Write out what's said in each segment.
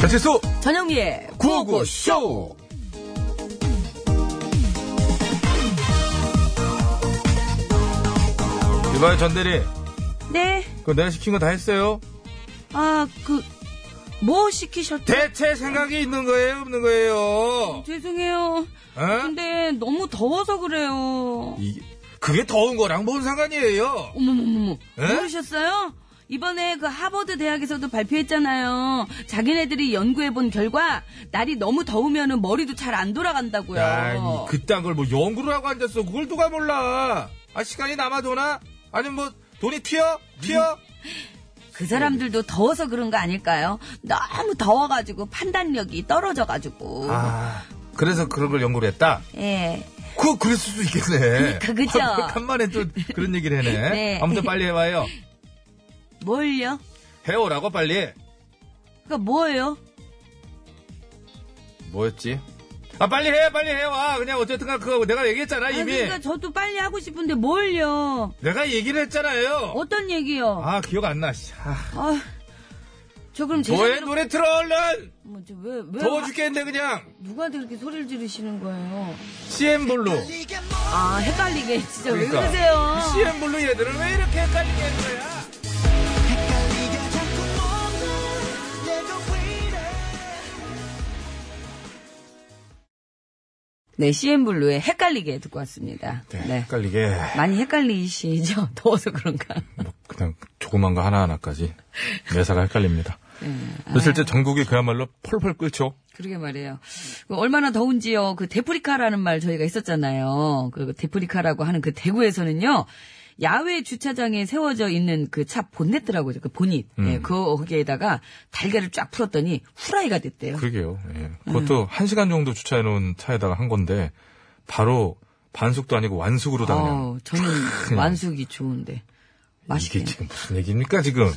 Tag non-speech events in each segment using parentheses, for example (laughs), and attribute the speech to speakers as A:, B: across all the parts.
A: 배칠수
B: 전영미의
A: 구호구쇼 이봐요 전대리
B: 네,
A: 그 내가 시킨 거 다 했어요
B: 아, 그, 뭐 시키셨죠?
A: 대체 생각이 있는 거예요 없는 거예요
B: 죄송해요.
A: 어?
B: 근데 너무 더워서 그래요.
A: 이게 그게 더운 거랑 뭔 상관이에요
B: 어머머머머.
A: 에?
B: 모르셨어요? 이번에 그 하버드 대학에서도 발표했잖아요. 자기네들이 연구해본 결과 날이 너무 더우면 머리도 잘 안 돌아간다고요.
A: 아니 그딴 걸 뭐 연구를 하고 앉았어 그걸 누가 몰라 아 시간이 남아도나 아니면 뭐 돈이 튀어 튀어
B: 그 사람들도 더워서 그런 거 아닐까요? 너무 더워가지고 판단력이 떨어져가지고.
A: 아 그래서 그런 걸 연구를 했다
B: 예.
A: 그 그랬을 수도 있겠네.
B: 그러니까, 그죠?
A: 아, 간만에 또 그런 얘기를
B: (laughs)
A: 해네.
B: 네.
A: 아무튼 빨리 해봐요.
B: 뭘요?
A: 해오라고 빨리.
B: 그니까 뭐예요?
A: 뭐였지? 아 빨리 해, 빨리 해와. 그냥 어쨌든가 그거 내가 얘기했잖아
B: 아니,
A: 이미.
B: 그러니까 저도 빨리 하고 싶은데 뭘요?
A: 내가 얘기를 했잖아요.
B: 어떤 얘기요?
A: 아 기억 안 나. 씨. 아,
B: 아, 저 그럼 제
A: 너의
B: 손으로
A: 노래 틀어 얼른.
B: 뭐, 저 왜, 왜,
A: 더워
B: 화-
A: 죽겠는데 그냥.
B: 누구한테 그렇게 소리를 지르시는 거예요?
A: CM 블루.
B: 아, 헷갈리게, 진짜
A: 그러니까.
B: 왜 그러세요?
A: CM 블루 얘들은 왜 이렇게 헷갈리게 한 거야?
B: 네, CM블루의 헷갈리게 듣고 왔습니다. 네.
A: 헷갈리게. 뭐,
B: 많이 헷갈리시죠? (laughs) 더워서 그런가?
A: 그냥 조그만 거 하나하나까지 매사가 헷갈립니다.
B: 네, 아.
A: 실제 전국이 그야말로 펄펄 끓죠.
B: 그러게 말이에요. 그 얼마나 더운지요. 그 데프리카라는 말 저희가 있었잖아요. 그 데프리카라고 하는 그 대구에서는요. 야외 주차장에 세워져 있는 그 차 본넷더라고요. 그 본닛. 예, 그 거기에다가 달걀을 쫙 풀었더니 후라이가 됐대요.
A: 그러게요.
B: 네.
A: 예. 그것도 한 시간 정도 주차해놓은 차에다가 한 건데 바로 반숙도 아니고 완숙으로 다 그냥.
B: 어, 저는 완숙이 좋은데
A: 이게
B: 맛있게.
A: 지금 무슨 얘기입니까 지금?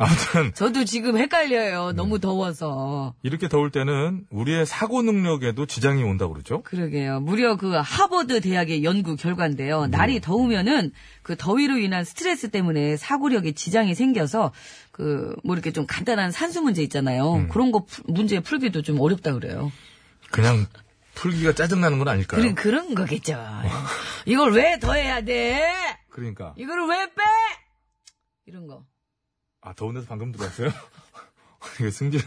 A: 아무튼
B: 저도 지금 헷갈려요. 너무 더워서.
A: 이렇게 더울 때는 우리의 사고 능력에도 지장이 온다 고 그러죠.
B: 그러게요. 무려 그 하버드 대학의 연구 결과인데요. 날이 더우면은 그 더위로 인한 스트레스 때문에 사고력에 지장이 생겨서 그 뭐 이렇게 좀 간단한 산수 문제 있잖아요. 그런 거 푸- 문제 풀기도 좀 어렵다 그래요.
A: 그냥 풀기가 짜증 나는 건 아닐까요?
B: 그런 그런 거겠죠. 이걸 왜 더해야 돼?
A: 그러니까
B: 이걸 왜 빼? 이런 거.
A: 아 더운 데서 방금 들어왔어요. (laughs) 이거 승질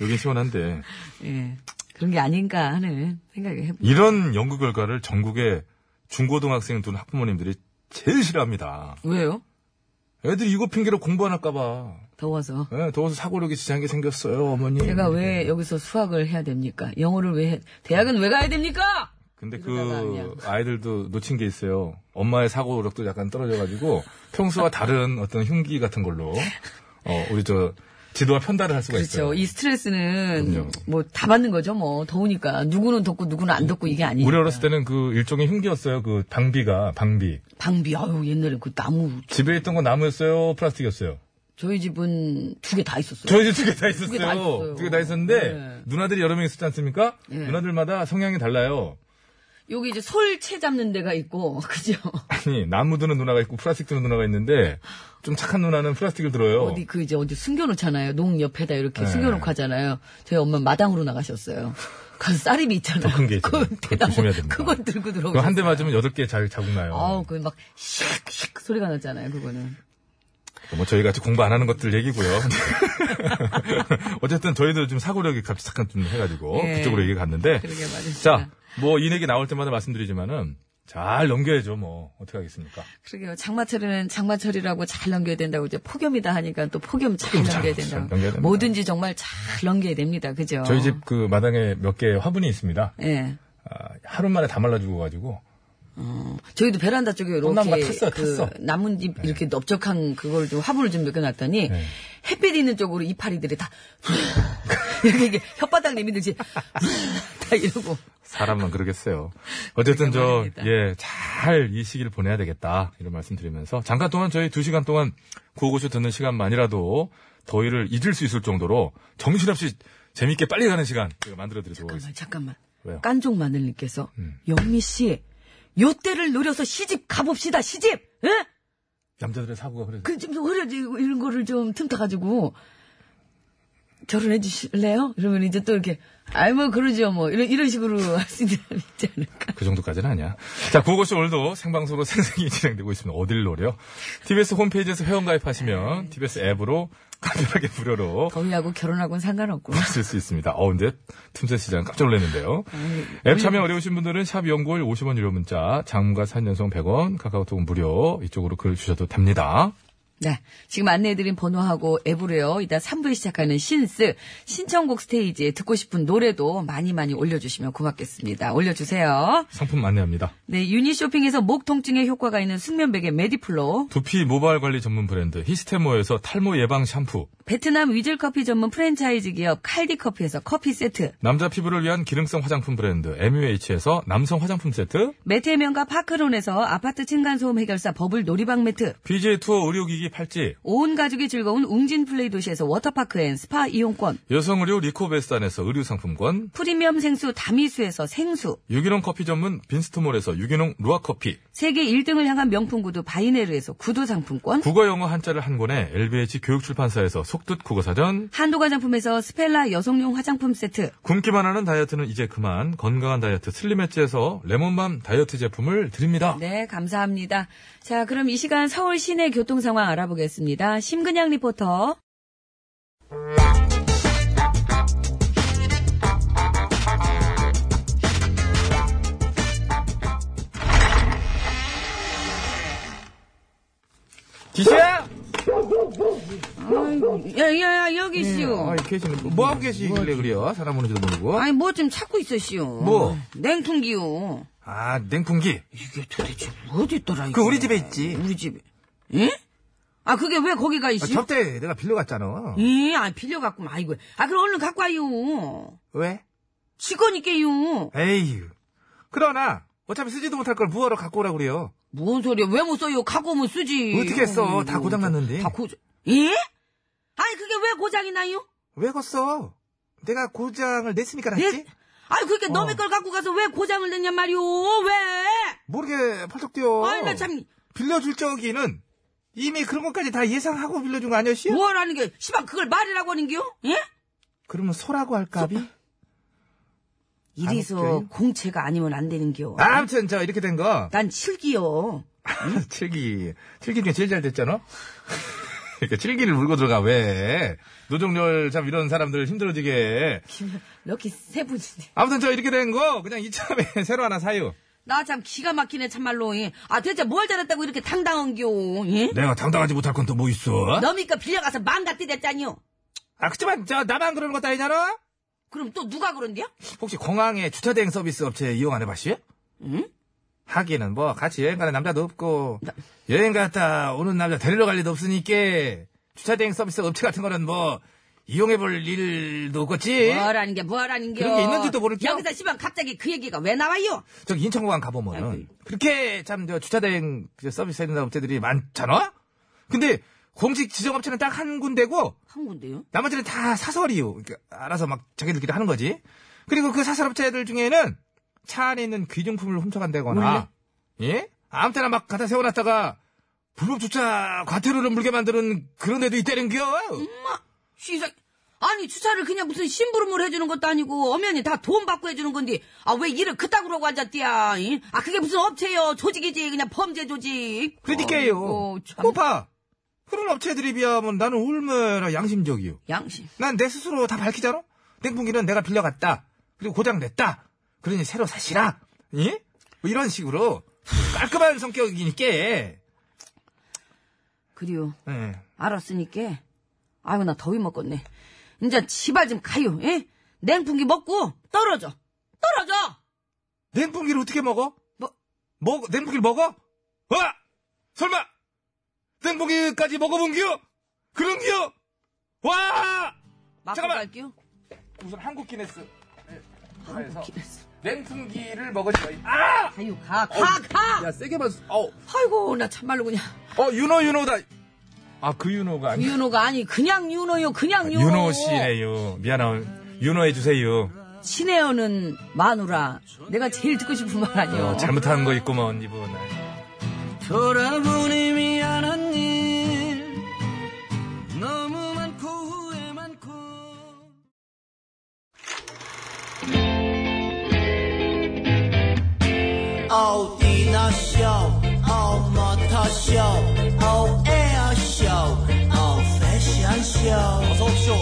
A: 여긴 시원한데
B: 예. 그런 게 아닌가 하는 생각을 해봅니다.
A: 이런 연구 결과를 전국의 중고등학생 둔 학부모님들이 제일 싫어합니다.
B: 왜요?
A: 애들이 이거 핑계로 공부 안 할까봐.
B: 더워서.
A: 네, 더워서 사고력이 지장이 생겼어요, 어머니.
B: 제가 왜 여기서 수학을 해야 됩니까? 영어를 왜 해? 대학은 왜 가야 됩니까?
A: 근데
B: 이러다가
A: 그
B: 그냥.
A: 아이들도 놓친 게 있어요. 엄마의 사고력도 약간 떨어져가지고 평소와 다른 어떤 흉기 같은 걸로 어, 우리 저 지도와 편달을 할 수가 있어요.
B: 그렇죠. 이 스트레스는
A: 그럼요.
B: 뭐 다 받는 거죠. 뭐 더우니까 누구는 덥고 누구는 안 덥고 이게 아니에요.
A: 우리 어렸을 때는 그 일종의 흉기였어요. 그 방비가 방비.
B: 방비 아유 옛날에 그 나무
A: 집에 있던 건 나무였어요, 플라스틱이었어요.
B: 저희 집은 두 개 다 있었어요.
A: 저희 집 두 개 다
B: 두개다
A: 있었어요.
B: 있었어요.
A: 두 개 다 있었는데
B: 네.
A: 누나들이 여러 명 있었지 않습니까?
B: 네.
A: 누나들마다 성향이 달라요.
B: 여기 이제 솔채 잡는 데가 있고 (laughs) 그죠?
A: 아니 나무 드는 누나가 있고 플라스틱 드는 누나가 있는데 좀 착한 누나는 플라스틱을 들어요.
B: 어디 그 이제 어디 숨겨놓잖아요. 농 옆에다 이렇게
A: 네.
B: 숨겨놓고 하잖아요. 저희 엄마 마당으로 나가셨어요.
C: 가서 쌀입이 있잖아요.
A: 더큰게 있잖아요.
C: 그건
A: 그거
C: 대나무,
A: 조심해야 됩니다.
C: 그건 들고
A: 그거
C: 들어오고.
A: 한 대 맞으면 여덟 개 잘 자국 나요.
C: 아우, 그 막, 샥, 샥 소리가 났잖아요, 그거는.
A: 뭐 저희 같이 공부 안 하는 것들 얘기고요. (laughs) 어쨌든 저희도 좀 사고력이 갑자기 잠깐 좀 해가지고
C: 예.
A: 그쪽으로 얘기 갔는데.
C: 그러게 말이죠.
A: 자, 뭐 이 얘기 나올 때마다 말씀드리지만은 잘 넘겨야죠. 뭐 어떻게 하겠습니까?
C: 그러게요. 장마철에는 장마철이라고 잘 넘겨야 된다고 이제 폭염이다 하니까 또 폭염 잘
A: 잘
C: 넘겨야
A: 넘겨- 잘
C: 된다고.
A: 넘겨야 됩니다.
C: 뭐든지 정말 잘 넘겨야 됩니다. 그죠?
A: 저희 집 그 마당에 몇 개 화분이 있습니다.
C: 예.
A: 아, 하루 만에 다 말라 죽어가지고
C: 어, 저희도 베란다 쪽에
A: 콩나무가
C: 이렇게
A: 탔어요,
C: 그
A: 탔어.
C: 나뭇잎 이렇게 넓적한 그걸 좀 화분을 좀 넣어놨더니
A: 네.
C: 햇빛 있는 쪽으로 이파리들이 다 (laughs) 이렇게, 이게 혓바닥 내밀듯이 (laughs) 다 이러고
A: 사람만 그러겠어요. 어쨌든 저,
C: 그러니까 말입니다.
A: 예, 잘 이 시기를 보내야 되겠다. 이런 말씀 드리면서. 잠깐 동안 저희 두 시간 동안 구호고쇼 듣는 시간만이라도 더위를 잊을 수 있을 정도로 정신없이 재밌게 빨리 가는 시간 제가 만들어 드리도록 하겠습니다.
C: 잠깐만 잠깐만
A: 왜요? 음.
C: 깐족 마늘님께서 영미 씨 요때를 노려서 시집 가봅시다 시집 예?
A: 남자들의 사고가 그래서.
C: 그좀 흐려지고 이런 거를 좀 틈타가지고 결혼해 주실래요? 이러면 이제 또 이렇게 아이 뭐 그러죠 뭐 이런 이런 식으로 (laughs) 할 수 있는 사람 있지 않을까?
A: 그 정도까지는 아니야. 자, 구호고쇼 오늘도 생방송으로 (laughs) 생생히 진행되고 있습니다. 어딜 노려? TBS 홈페이지에서 회원가입하시면 TBS 앱으로 (laughs) 간편하게 무료로
C: 거기하고 결혼하고는 상관없고.
A: 하실 수 있습니다. 어, 근데 틈새 시장 깜짝 놀랐는데요. 앱 참여 어려우신 분들은 샵 연골 50원 유료 문자, 장문과 3년송 100원, 카카오톡 무료 이쪽으로 글 주셔도 됩니다.
C: 네. 지금 안내해드린 번호하고 앱으로요. 이따 3부에 시작하는 신스, 신청곡 스테이지에 듣고 싶은 노래도 많이 많이 올려주시면 고맙겠습니다. 올려주세요.
A: 상품 안내합니다.
C: 네. 유니 쇼핑에서 목 통증에 효과가 있는 숙면베개 메디플로,
A: 두피 모발 관리 전문 브랜드 히스테모에서 탈모 예방 샴푸,
C: 베트남 위즐 커피 전문 프랜차이즈 기업 칼디 커피에서 커피 세트,
A: 남자 피부를 위한 기능성 화장품 브랜드 MUH에서 남성 화장품 세트,
C: 매트의 명가 파크론에서 아파트 층간소음 해결사 버블 놀이방 매트,
A: BJ 투어 의료기기 팔찌,
C: 온 가족이 즐거운 웅진 플레이 도시에서 워터파크 앤 스파 이용권,
A: 여성 의료 리코베스탄에서 의류 상품권,
C: 프리미엄 생수 다미수에서 생수,
A: 유기농 커피 전문 빈스트몰에서 유기농 루아 커피,
C: 세계 1등을 향한 명품 구두 바이네르에서 구두 상품권,
A: 국어 영어 한자를 한 권에 LBH 교육출판사에서 속뜻 국어사전,
C: 한도가 장품에서 스펠라 여성용 화장품 세트,
A: 굶기만 하는 다이어트는 이제 그만 건강한 다이어트 슬림 엣지에서 레몬밤 다이어트 제품을 드립니다.
C: 네, 감사합니다. 자, 그럼 이 시간 서울 시내 교통 상황 알아보겠습니다. 심근양 리포터.
A: 지시야!
C: 야, 야, 야, 여기 있슈.
A: 계시는 뭐 하고 계시길래 그래요? 사람 오는지도 모르고.
C: 아니, 뭐 좀 찾고 있었슈.
A: 뭐?
C: 냉풍기요.
A: 아 냉풍기.
C: 이게 도대체 어디 있더라, 이거.
D: 그 우리 집에 있지.
C: 우리 집에. 예? 아, 그게 왜 거기가 있슈?
D: 접대 내가 빌려갔잖아.
C: 예, 아, 빌려갖고, 아이고. 아, 그럼 얼른 갖고 와요.
D: 왜?
C: 직원이께요.
D: 에휴. 그러나 어차피 쓰지도 못할 걸 뭐하러 갖고 오라 그래요.
C: 뭔 소리야? 왜 못 써요? 갖고 오면 쓰지.
D: 어떻게 써? 다
C: 어이구,
D: 고장났는데.
C: 다 고장. 예? 아니 그게 왜 고장이 나요?
D: 왜 걷어? 내가 고장을 냈으니까
C: 내-
D: 났지.
C: 아니
D: 어.
C: 그게 너네 걸 갖고 가서 왜 고장을 냈냔 말이오? 왜?
D: 모르게 펄쩍 뛰어.
C: 아니 나 참
D: 빌려줄 적이는 이미 그런 것까지 다 예상하고 빌려준 거 아니었지?
C: 뭐라는 게 시방 그걸 말이라고 하는겨? 예?
D: 그러면 소라고 할까비?
C: 이래서
D: 웃겨요?
C: 공채가 아니면 안 되는겨.
D: 아무튼 저 이렇게 된 거. 아,
C: 난 칠기요.
D: 칠기. 칠기 중에 제일 잘 됐잖아. (laughs) 그러니까 칠기를 물고 들어가 왜? 노종열 참 이런 사람들 힘들어지게. 해.
C: 이렇게 세 분인데.
D: 아무튼 저 이렇게 된 거 그냥 이참에 (laughs) 새로 하나 사요.
C: 나 참 기가 막히네 참말로. 예. 아 대체 뭘 잘했다고 이렇게 당당한겨? 예?
D: 내가 당당하지 못할 건 또 뭐 있어?
C: 너니까 빌려가서 망가뜨 됐잖여.
D: 아 그치만 저 나만 그러는 것도 아니잖아.
C: 그럼 또 누가 그런데요?
D: 혹시 공항에 주차 대행 서비스 업체 이용 안 해봤시?
C: 응?
D: 하기는 뭐 같이 여행 가는 남자도 없고 여행 갔다 오는 남자 데리러 갈 일도 없으니까 주차 대행 서비스 업체 같은 거는 뭐 이용해볼 일도 없겠지.
C: 뭐라는 게 뭐라는 게
D: 예? 그런 게 있는지도 모를게요.
C: 여기서 시방 갑자기 그 얘기가 왜 나와요?
D: 저기 인천공항 가보면
C: 아이고.
D: 은 그렇게 참 저 주차 대행 그 서비스 해주는 업체들이 많잖아. 근데 공식 지정 업체는 딱 한 군데고
C: 한 건데요?
D: 나머지는 다 사설이요. 그러니까 알아서 막 자기들끼리 하는 거지. 그리고 그 사설업체들 중에는 차 안에 있는 귀중품을 훔쳐간다거나,
C: 뭐
D: 예? 아무 때나 막 갖다 세워놨다가 불법 주차 과태료를 물게 만드는 그런 애도 있다는겨.
C: 시사 아니 주차를 그냥 무슨 심부름을 해주는 것도 아니고 엄연히 다 돈 받고 해주는 건데 아 왜 일을 그따구로 하고 앉았디야 이? 아 그게 무슨 업체요 조직이지 그냥 범죄 조직
D: 그러니까요.
C: 아이고, 참.
D: 꼬파. 그런 업체들이 비하면 나는 얼마나 양심적이요.
C: 양심
D: 난 내 스스로 다 밝히잖아? 땡풍기는 내가 빌려갔다. 그리고 고장냈다. 그러니 새로 사시라. 예? 뭐 이런 식으로 깔끔한 성격이니까. 예.
C: 그리요 알았으니까 아이고 나 더위 먹겠네 이제 지발 좀 가요 예? 냉풍기 먹고 떨어져 떨어져
D: 냉풍기를 어떻게 먹어?
C: 뭐?
D: 먹, 냉풍기를 먹어? 어? 설마! 냉풍기까지 먹어본 기요? 그런 기요? 와!
C: 막고
D: 잠깐만.
C: 갈게요
D: 무슨 한국 기네스.
C: 아이고, 기랬어.
D: 냉풍기를 먹으시, 아!
C: 가요 가 가, 가.
D: 야, 세게 봤어. 어,
C: 아이고 나 참말로 그냥
D: 어, 유노, 유노다.
A: 아 그 윤호가 아니
C: 윤호가 아니 그냥 윤호요 그냥 윤호
A: 아, 윤호 씨네요. 미안함. 윤호해 주세요.
C: 친애어는 마누라 내가 제일 듣고 싶은 말 아니요
A: 어, 잘못한 거 있구먼 이분.
E: 돌아보니 미안한 일 너무 많고 후회 많고 어디나쇼 어머터쇼 어에어쇼 어패션쇼 어서쇼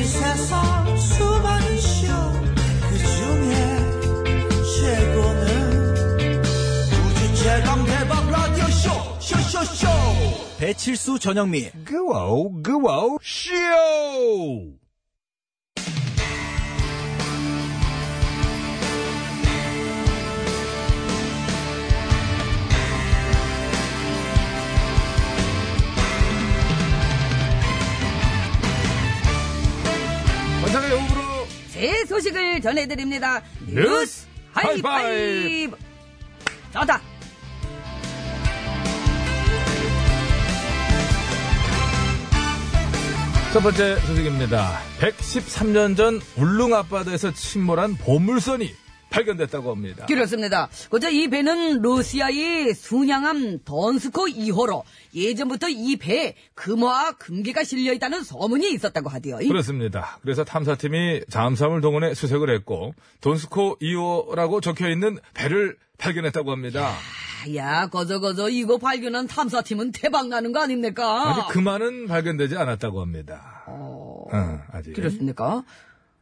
E: 이 세상 수많은 쇼그 중에 최고는 우주 최강 대박 라디오 쇼 쇼쇼쇼 배칠수 전영미
D: 그와우, 그와우, 쇼! 원상의 영부로
C: 제 소식을 전해드립니다 뉴스
A: 하이파이브.
C: 하이파이브 저다
A: 첫 번째 소식입니다. 113년 전 울릉 앞바다에서 침몰한 보물선이 발견됐다고 합니다.
C: 아. 그렇습니다. 그저 이 배는 러시아의 순양함 던스코 2호로 예전부터 이 배에 금화와 금괴가 실려 있다는 소문이 있었다고 하디요. 이-
A: 그렇습니다. 그래서 탐사팀이 잠수함을 동원해 수색을 했고 돈스코 2호라고 적혀 있는 배를 발견했다고 합니다.
C: 야, 거저 거저 이거 발견한 탐사팀은 대박 나는 거 아닙니까?
A: 아직 그만은 발견되지 않았다고 합니다. 어, 아직.
C: 그렇습니까?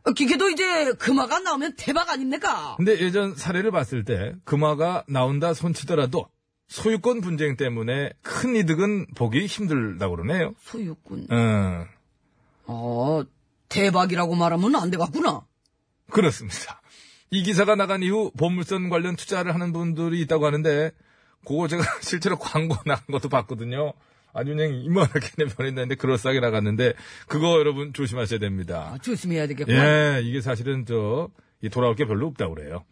C: 어, 기계도 이제 금화가 나오면 대박 아닙니까?
A: 근데 예전 사례를 봤을 때 금화가 나온다 손치더라도 소유권 분쟁 때문에 큰 이득은 보기 힘들다고 그러네요.
C: 소유꾼.
A: 음,
C: 어, 대박이라고 말하면 안 되겠구나.
A: 그렇습니다. 이 기사가 나간 이후 보물선 관련 투자를 하는 분들이 있다고 하는데 그거 제가 (laughs) 실제로 광고 나간 것도 봤거든요. 안윤행 이만하게 (laughs) 변했는데 그럴싸하게 나갔는데 그거 여러분 조심하셔야 됩니다.
C: 아, 조심해야 되겠구나.
A: 예, 이게 사실은 저, 이 돌아올 게 별로 없다고 그래요.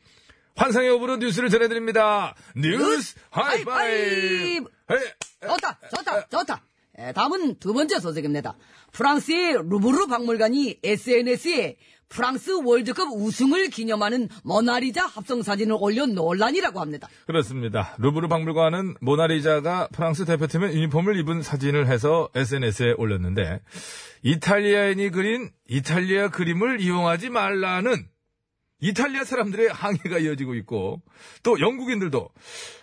A: 환상의 오브로 뉴스를 전해드립니다. 뉴스 하이파이브!
C: 하이파이브!
A: 예.
C: 좋다, 좋다, 좋다. 에, 다음은 두 번째 소식입니다. 프랑스의 루브르 박물관이 SNS에 프랑스 월드컵 우승을 기념하는 모나리자 합성 사진을 올려 논란이라고 합니다.
A: 그렇습니다. 루브르 박물관은 모나리자가 프랑스 대표팀의 유니폼을 입은 사진을 해서 SNS에 올렸는데 이탈리아인이 그린 이탈리아 그림을 이용하지 말라는 이탈리아 사람들의 항의가 이어지고 있고 또 영국인들도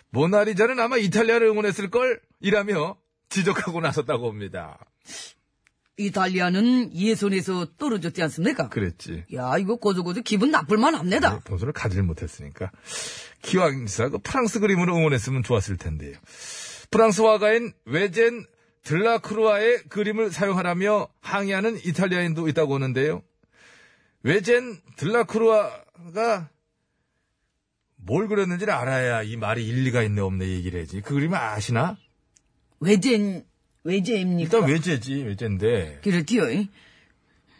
A: 모나리자는 아마 이탈리아를 응원했을 걸 이라며 지적하고 나섰다고 합니다.
C: 이탈리아는 예선에서 떨어졌지 않습니까?
A: 그랬지. 네.
C: 야, 이거 고조고조 기분 나쁠만 합니다.
A: 본선을 가지를 못했으니까. 기왕사 그 프랑스 그림으로 응원했으면 좋았을 텐데요. 프랑스 화가인 외젠 들라크루아의 그림을 사용하라며 항의하는 이탈리아인도 있다고 하는데요. 외젠 들라크루아가 뭘 그렸는지를 알아야 이 말이 일리가 있네 없네 얘기를 해야지. 그 그림을 아시나?
C: 외제인, 외제입니까?
A: 일단 외제지 외제인데
C: 그렇지요. 이.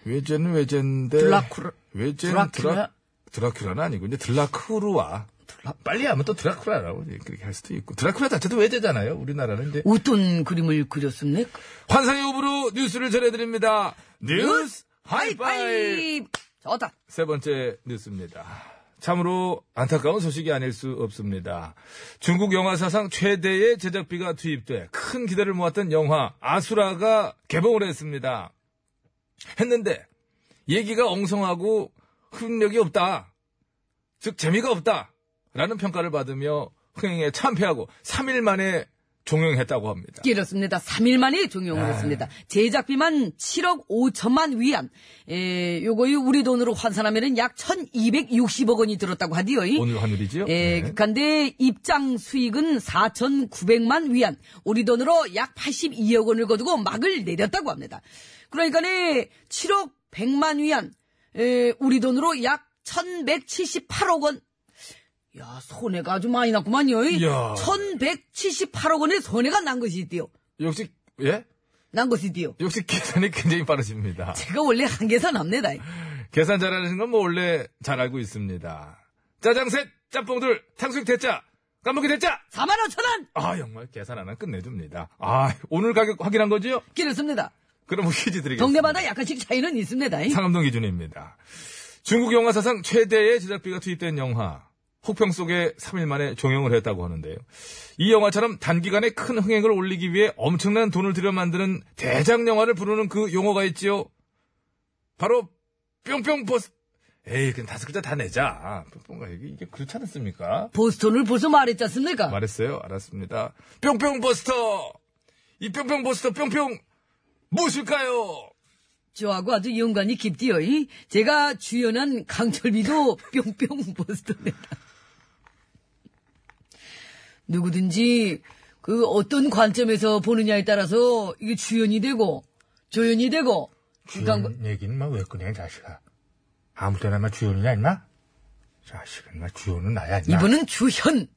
A: 외제는 외제인데
C: 들라크루-
A: 외제는
C: 드라큘라?
A: 드라 드라큘라는 아니고 이제 들라크루아 빨리 하면 또 드라큘라라고 이제 그렇게 할 수도 있고 드라큘라 자체도 외제잖아요 우리나라는 이제
C: 어떤 그림을 그렸습니까?
A: 환상의 오브로 뉴스를 전해드립니다 뉴스 하이파이
C: 하이파이브! 좋다.
A: 세 번째 뉴스입니다 참으로 안타까운 소식이 아닐 수 없습니다 중국 영화 사상 최대의 제작비가 투입돼 큰 기대를 모았던 영화 아수라가 개봉을 했습니다
D: 했는데 얘기가 엉성하고 흥력이 없다. 즉 재미가 없다. 라는 평가를 받으며 흥행에 참패하고 3일 만에 종영했다고 합니다.
C: 그렇습니다. 3일 만에
A: 아.
C: 종영을 했습니다. 제작비만 7억 5천만 위안. 에, 요거이 우리 돈으로 환산하면은 약 1260억 원이 들었다고 하디요. 이.
A: 오늘 환율이지요? 네.
C: 예, 그간데 입장 수익은 4,900만 위안, 우리 돈으로 약 82억 원을 거두고 막을 내렸다고 합니다. 그러니까는 7억 100만 위안, 에, 우리 돈으로 약 1,178억 원. 야, 손해가 아주 많이 났구만요. 이.
A: 이야.
C: 1,178억 원의 손해가 난 것이 있디요.
A: 역시, 예?
C: 난 것이 있디요.
A: 역시 계산이 굉장히 빠르십니다.
C: 제가 원래 한계산 합니다. 이.
A: 계산 잘하시는 건 뭐 원래 잘 알고 있습니다. 짜장셋, 짬뽕들, 탕수육 대짜, 깐풍기 대짜!
C: 4만 5천 원!
A: 아, 정말 계산 하나 끝내줍니다. 아, 오늘 가격 확인한 거지요?
C: 그렇습니다.
A: 그럼 뭐 퀴즈 드리겠습니다.
C: 동네마다 약간씩 차이는 있습니다. 이.
A: 상암동 기준입니다. 중국 영화 사상 최대의 제작비가 투입된 영화. 혹평 속에 3일 만에 종영을 했다고 하는데요. 이 영화처럼 단기간에 큰 흥행을 올리기 위해 엄청난 돈을 들여 만드는 대작 영화를 부르는 그 용어가 있지요. 바로 뿅뿅 버스. 에이, 그냥 다섯 글자 다 내자. 뿅뿅가 이게, 이게 그렇지 않습니까?
C: 보스턴을 벌써 말했지 않습니까?
A: 말했어요. 알았습니다. 뿅뿅 버스터. 이 뿅뿅 버스터 뿅뿅 무엇일까요?
C: 저하고 아주 연관이 깊디요. 이. 제가 주연한 강철비도 (laughs) 뿅뿅 버스터입니다. 누구든지 그 어떤 관점에서 보느냐에 따라서 이게 주연이 되고 조연이 되고 그러니까
D: 얘기는 막왜 꺼내, 자식아. 아무 때나 마 주연이냐, 임마? 자식은 마 주연은 나야, 임마.
C: 이분은 주현.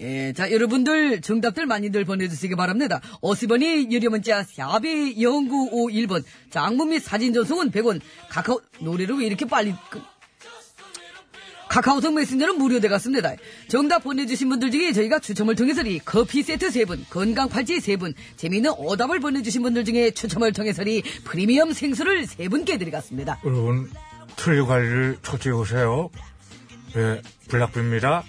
C: 예, 자 여러분들 정답들 많이들 보내주시기 바랍니다. 어스번이 유료 문자 샵이 0951번 장문 및 사진 전송은 100원 카카오 노래를 왜 이렇게 빨리 끄- 카카오톡 메신저는 무료되갔습니다. 정답 보내주신 분들 중에 저희가 추첨을 통해서 리 커피 세트 세분 건강 팔찌 세분 재미있는 오답을 보내주신 분들 중에 추첨을 통해서 리 프리미엄 생수를 세분께 드리겠습니다.
D: 여러분, 틀리 관리를 초조해 오세요. 예, 블락비입니다.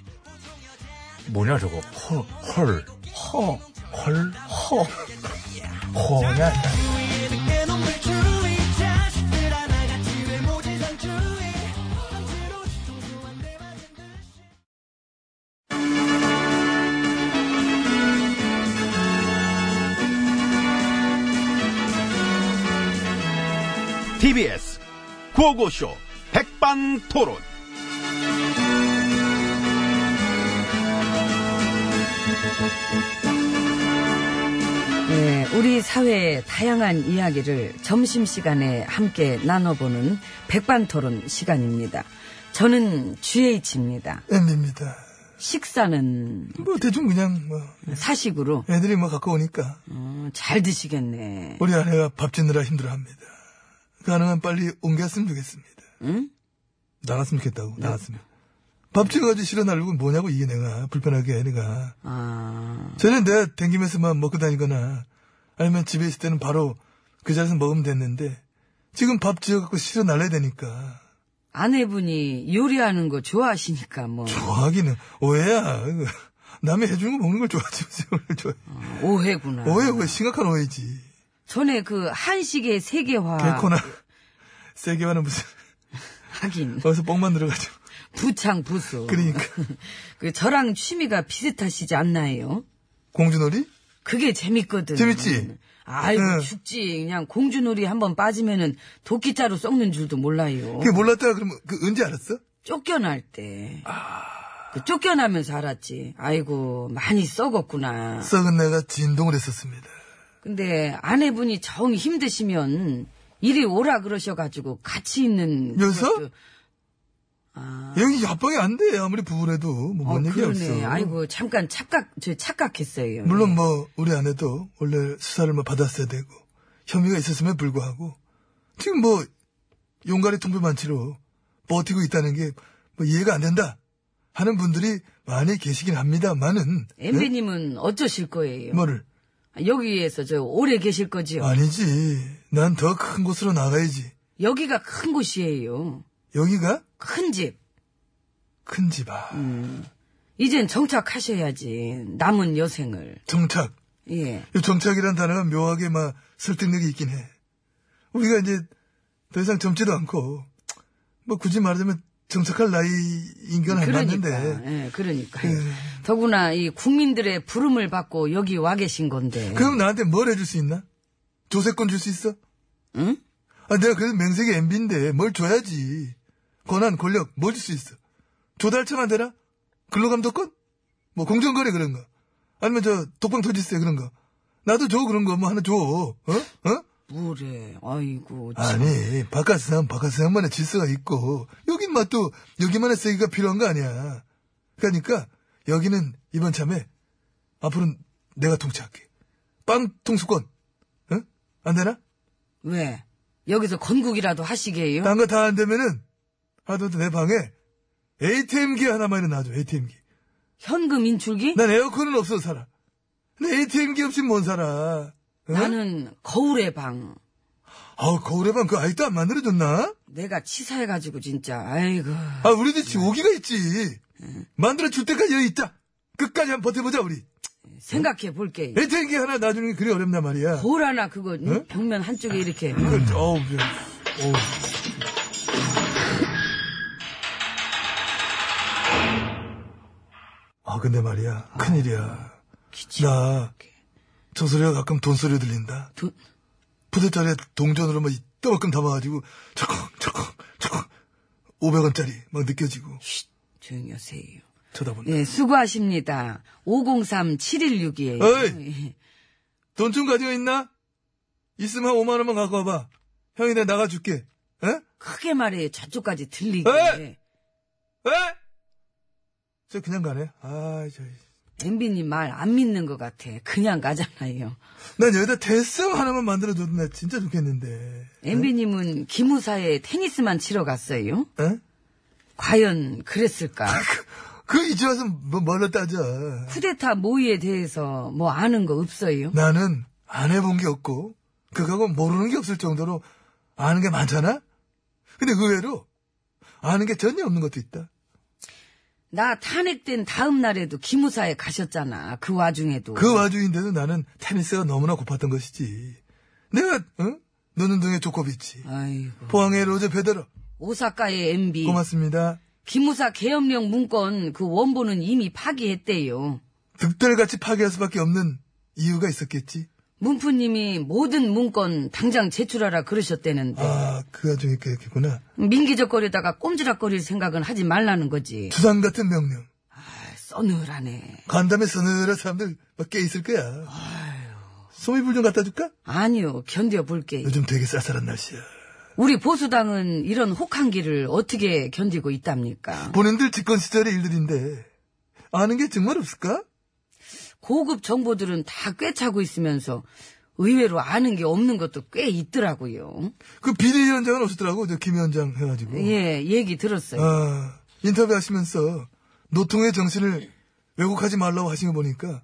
D: 뭐냐, 저거. 헐, 헐. 허. 헐. 허. 허냐.
E: 내 눈물 주위 자식들 하나가 집에 모지상 주위 억지로 소중한 내 맞은 듯이
F: TBS 구호고쇼 백반토론.
C: 네, 우리 사회의 다양한 이야기를 점심시간에 함께 나눠보는 백반토론 시간입니다. 저는 GH입니다.
G: 엠비입니다.
C: 식사는
G: 뭐 대충 그냥 뭐
C: 사식으로
G: 애들이 뭐 갖고 오니까
C: 어, 잘 드시겠네.
G: 우리 아내가 밥 짓느라 힘들어합니다. 가능한 빨리 옮겼으면 좋겠습니다.
C: 응?
G: 나갔으면 좋겠다고 나갔으면. 밥 지어가지고 실어 날리고 뭐냐고 이게 내가 불편하게 해, 내가.
C: 아,
G: 저는 내가 댕기면서만 먹고 다니거나 아니면 집에 있을 때는 바로 그 자리에서 먹으면 됐는데 지금 밥 지어갖고 실어 날려야 되니까
C: 아내분이 요리하는 거 좋아하시니까 뭐
G: 좋아하기는 오해야. 이거. 남이 해주는 거 먹는 걸 좋아하지 오늘 좋아해.
C: 오해구나.
G: 오해 오해 심각한 오해지.
C: 전에 그 한식의 세계화
G: 개코나 세계화는 무슨
C: 하긴
G: 어디서 뻥 만들어가지고
C: 부창 부수.
G: 그러니까
C: 그 저랑 취미가 비슷하시지 않나요?
G: 공주놀이
C: 그게 재밌거든.
G: 재밌지?
C: 아이고,
G: 응.
C: 죽지. 그냥 공주놀이 한번 빠지면은 도끼자루 썩는 줄도 몰라요.
G: 그게 몰랐다가 그러면 그 언제 알았어?
C: 쫓겨날 때.
G: 아.
C: 그 쫓겨나면서 알았지. 아이고, 많이 썩었구나.
G: 썩은 내가 진동을 했었습니다.
C: 근데 아내분이 정 힘드시면 이리 오라 그러셔가지고 같이 있는.
G: 묘서?
C: 그것도- 아.
G: 여기 합방이 안 돼. 아무리 부부래도 뭐
C: 어,
G: 뭔 얘기
C: 그러네.
G: 없어.
C: 아이고, 네. 잠깐 착각, 저 착각했어요.
G: 물론 뭐 우리 아내도 원래 수사를 뭐 받았어야 되고 혐의가 있었음에 불구하고 지금 뭐 용가리 통배 만치로 버티고 있다는 게 뭐 이해가 안 된다 하는 분들이 많이 계시긴 합니다만은
C: 예? 엠비님은 어쩌실 거예요?
G: 뭐를
C: 여기에서 저 오래 계실 거지요?
G: 아니지 난 더 큰 곳으로 나가야지
C: 여기가 큰 곳이에요.
G: 여기가
C: 큰 집.
G: 큰 집아.
C: 음. 이젠 정착하셔야지. 남은 여생을.
G: 정착.
C: 예.
G: 이 정착이란 단어가 묘하게 막 설득력이 있긴 해. 우리가 이제 더 이상 젊지도 않고 뭐 굳이 말하자면 정착할 나이인 건
C: 그러니까.
G: 알았는데
C: 예, 그러니까. 더구나 이 국민들의 부름을 받고 여기 와 계신 건데.
G: 그럼 나한테 뭘 해줄 수 있나? 조세권 줄 수 있어?
C: 응?
G: 아, 내가 그래도 맹세계 MB인데 뭘 줘야지. 권한, 권력, 뭘 줄 수 있어? 조달청안 되나? 근로감독권? 뭐 공정거래 그런 거. 아니면 저 독방토지세 그런 거. 나도 줘 그런 거 뭐 하나 줘. 어? 어?
C: 뭐래. 아이고. 참.
G: 아니 바깥 사람 바깥 사람만의 질서가 있고 여긴 맛도 여기만의 세기가 필요한 거 아니야. 그러니까 여기는 이번 참에 앞으로는 내가 통치할게. 빵 통수권. 응? 안 되나? 네.
C: 왜? 여기서 건국이라도 하시게요?
G: 딴 거 다 안 되면은 하도도 내 방에 ATM기 하나만은 놔줘 ATM기.
C: 현금 인출기?
G: 난 에어컨은 없어서 살아. 근데 ATM기 없이 못 살아. 응?
C: 나는 거울의 방.
G: 아우 거울의 방 그거 아직도 안 만들어줬나?
C: 내가 치사해가지고 진짜. 아이고.
G: 아, 우리 도집 오기가 있지. 만들어줄 때까지 여기 있자. 끝까지 한번 버텨보자, 우리.
C: 생각해 볼게.
G: 애태기 하나 놔주는 게 그리 어렵단 말이야.
C: 거울 하나 그거
G: 네?
C: 벽면
G: 아,
C: 한쪽에 이렇게.
G: 이걸, 어우, 저, 어우. 아, 근데 말이야. 큰일이야.
C: 기침.
G: 나, 저 소리가 가끔 돈 소리 들린다.
C: 돈,
G: 푸대짜리에 동전으로 막 이따만큼 담아가지고, 철컥, 철컥, 철컥. 500원짜리 막 느껴지고,
C: 조용히 하세요.
G: 쳐다본다.
C: 예, 수고하십니다. 503-7162에요. 예.
G: 어이! 돈 좀 가지고 있나? 있으면 한 5만원만 갖고 와봐. 형이 내가 나가줄게. 에?
C: 크게 말해요. 저쪽까지 들리게.
G: 에이! 에? 저 그냥 가네. 아, 저.
C: 엠비님 말 안 믿는 것 같아. 그냥 가잖아요.
G: 난 여기다 대성 하나만 만들어줘도 나 진짜 좋겠는데.
C: 엠비님은 기무사에 테니스만 치러 갔어요.
G: 에?
C: 과연 그랬을까?
G: 그 이제 와서 뭐, 뭘로 따져.
C: 쿠데타 모의에 대해서 뭐 아는 거 없어요?
G: 나는 안 해본 게 없고, 그거하고 모르는 게 없을 정도로 아는 게 많잖아? 근데 그 의외로 아는 게 전혀 없는 것도 있다.
C: 나 탄핵된 다음 날에도 기무사에 가셨잖아. 그 와중에도.
G: 그 와중인데도 나는 테니스가 너무나 고팠던 것이지. 내가, 응? 노는동의 조코비치.
C: 아이고.
G: 포항의 로제 페데러.
C: 음. 오사카의 MB.
G: 고맙습니다.
C: 기무사 계엄령 문건 그 원본은 이미 파기했대요.
G: 득달같이 파괴할 수밖에 없는 이유가 있었겠지.
C: 문프님이 모든 문건 당장 제출하라 그러셨대는데
G: 아, 그 와중에 그랬겠구나.
C: 민기적거리다가 꼼지락거릴 생각은 하지 말라는 거지.
G: 주상 같은 명령.
C: 아, 써늘하네.
G: 간담회 서늘한 사람들 막 깨있을 거야. 소미불 좀 갖다 줄까?
C: 아니요, 견뎌볼게.
G: 요즘 되게 쌀쌀한 날씨야.
C: 우리 보수당은 이런 혹한기를 어떻게 견디고 있답니까?
G: 본인들 집권 시절의 일들인데, 아는 게 정말 없을까?
C: 고급 정보들은 다 꿰차고 있으면서 의외로 아는 게 없는 것도 꽤 있더라고요.
G: 그 비대위원장은 없었더라고, 저 김 위원장 해가지고.
C: 예, 얘기 들었어요.
G: 아, 인터뷰하시면서 노통의 정신을 왜곡하지 말라고 하신 거 보니까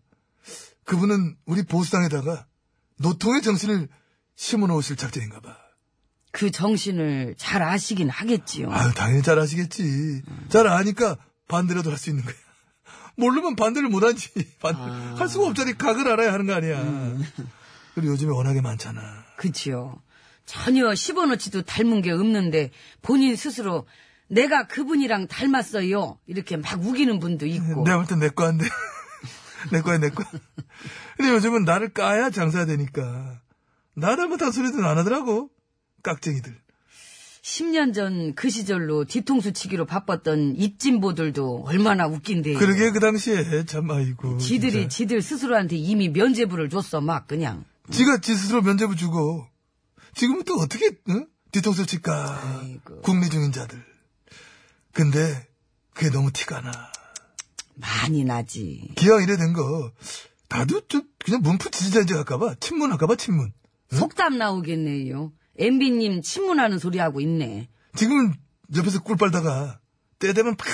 G: 그분은 우리 보수당에다가 노통의 정신을 심어 놓으실 작정인가 봐.
C: 그 정신을 잘 아시긴 하겠지요.
G: 아유, 당연히 잘 아시겠지. 잘 아니까 반대라도 할 수 있는 거야. (laughs) 모르면 반대를 못 하지. (laughs) 반, 할 수가 없자니 각을 알아야 하는 거 아니야. 그리고 요즘에 워낙에 많잖아.
C: 그치요. 전혀 10원어치도 닮은 게 없는데 본인 스스로 내가 그분이랑 닮았어요. 이렇게 막 우기는 분도 있고.
G: 네, 내가 볼 땐 내 거한데. (laughs) 내 거야, 내 거야. 근데 요즘은 나를 까야 장사되니까. 나 잘못한 소리도 안 하더라고. 깍쟁이들.
C: 10년 전 그 시절로 뒤통수 치기로 바빴던 입진보들도 얼마나 웃긴데.
G: 그러게 그 당시에 참
C: 네.
G: 아이고.
C: 지들이
G: 진짜.
C: 지들 스스로한테 이미 면제부를 줬어 막 그냥.
G: 지가 지 스스로 면제부 주고 지금은 또 어떻게 응? 뒤통수 칠까
C: 아이고.
G: 국리 중인 자들. 근데 그게 너무 티가 나.
C: 많이 나지.
G: 기왕 이래 된 거 나도 좀 그냥 문프 지지자인지 할까봐 친문 할까봐 친문.
C: 속담 나오겠네요. MB님 친문하는 소리 하고 있네.
G: 지금은 옆에서 꿀 빨다가 때 되면 팍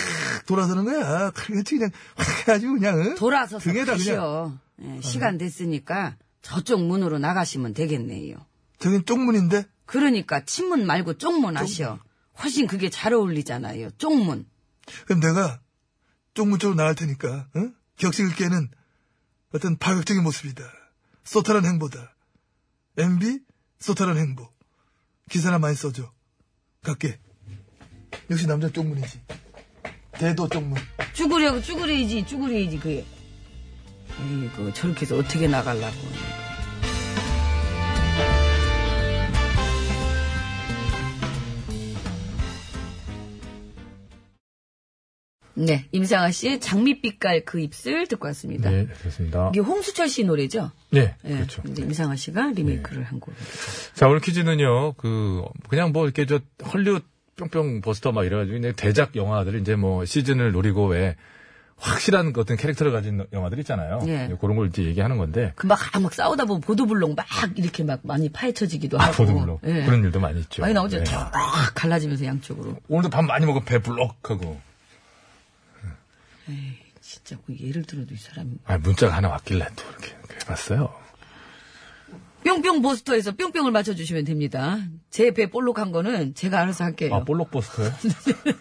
G: 돌아서는 거야. 그렇지 그냥 확 해가지고 그냥 응?
C: 돌아서서
G: 등에다 그냥 어.
C: 가시오. 예, 시간 됐으니까 저쪽 문으로 나가시면 되겠네요.
G: 저긴 쪽문인데
C: 그러니까 친문 말고 쪽문 하시오. 훨씬 그게 잘 어울리잖아요. 쪽문.
G: 그럼 내가 쪽문 쪽으로 나갈 테니까 응? 격식을 깨는 어떤 파격적인 모습이다. 소탈한 행보다. MB 소탈한 행보. 기사나 많이 써줘. 갈게. 역시 남자 쪽문이지. 대도 쪽문.
C: 쭈그려, 쭈그려야지, 쭈그려야지, 그게. 이거 그, 저렇게 해서 어떻게 나가려고. 네, 임상아 씨의 장밋빛깔 그 입술 듣고 왔습니다.
A: 네, 그렇습니다.
C: 이게 홍수철 씨 노래죠?
A: 네,
C: 예,
A: 그렇죠. 네.
C: 근데 임상아 씨가 리메이크를 한 곡.
A: 자, 오늘 퀴즈는요, 그, 그냥 뭐, 이렇게 저, 헐리우드 뿅뿅 버스터 막 이래가지고, 이제 대작 영화들이 이제 뭐, 시즌을 노리고, 왜, 확실한 어떤 캐릭터를 가진 영화들 있잖아요.
C: 예.
A: 그런 걸 이제 얘기하는 건데,
C: 금방 아, 막, 막 싸우다 보면 보도블록 막 이렇게 막 많이 파헤쳐지기도
A: 아,
C: 하고.
A: 보도블록.
C: 예.
A: 그런 일도 많이 있죠.
C: 많이 나오죠.
A: 네.
C: 쫙 갈라지면서 양쪽으로.
A: 오늘도 밥 많이 먹으면 배 불럭하고.
C: 진짜 그 예를 들어도 이 사람.
A: 아, 문자가 하나 왔길래 또 이렇게 해봤어요.
C: 뿅뿅 보스터에서 뿅뿅을 맞춰주시면 됩니다. 제 배 볼록한 거는 제가 알아서 할게요.
A: 아,
C: (laughs)
A: 볼록버스터요?
C: 네.